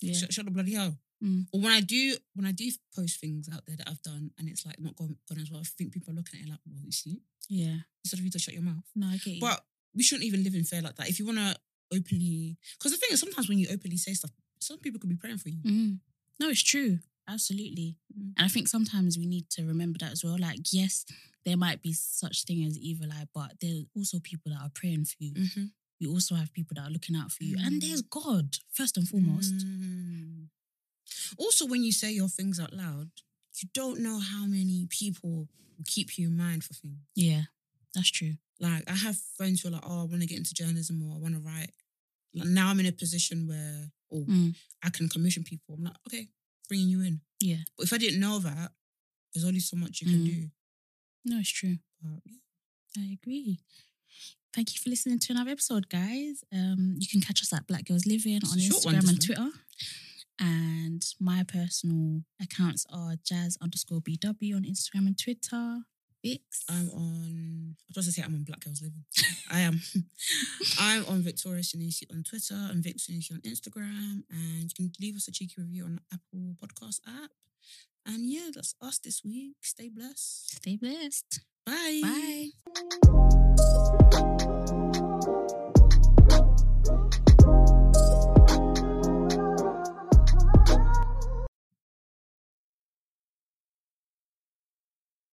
Yeah. Shut, shut the bloody hell. Mm. Or when I do, when I do post things out there that I've done and it's like not gone, gone as well, I think people are looking at it like, well, you see, yeah. instead of you to shut your mouth. No, I get you. But we shouldn't even live in fear like that. If you want to openly, because the thing is, sometimes when you openly say stuff, some people could be praying for you. Mm. No, it's true. Absolutely. Mm. And I think sometimes we need to remember that as well. Like, yes, there might be such thing as evil eye, but there's also people that are praying for you. Mm-hmm. You also have people that are looking out for you. And there's God, first and foremost. Mm. Also, when you say your things out loud, you don't know how many people will keep you in mind for things. Yeah, that's true. Like I have friends who are like, "Oh, I want to get into journalism or I want to write." Like, now I'm in a position where, or Mm. I can commission people. I'm like, okay, bringing you in. Yeah. But if I didn't know that, there's only so much you can Mm. do. No, it's true. But, yeah. I agree. Thank you for listening to another episode, guys. Um, you can catch us at Black Girls Living It's on a short one, Instagram and this Twitter. And my personal accounts are jazz underscore BW on Instagram and Twitter. Vix. I'm on. I was supposed to say I'm on Black Girls Living. I am. I'm on Victoria Sinisi on Twitter and Vic Sinisi on Instagram, and you can leave us a cheeky review on the Apple Podcast app. And yeah, that's us this week. Stay blessed. Stay blessed. Bye. Bye.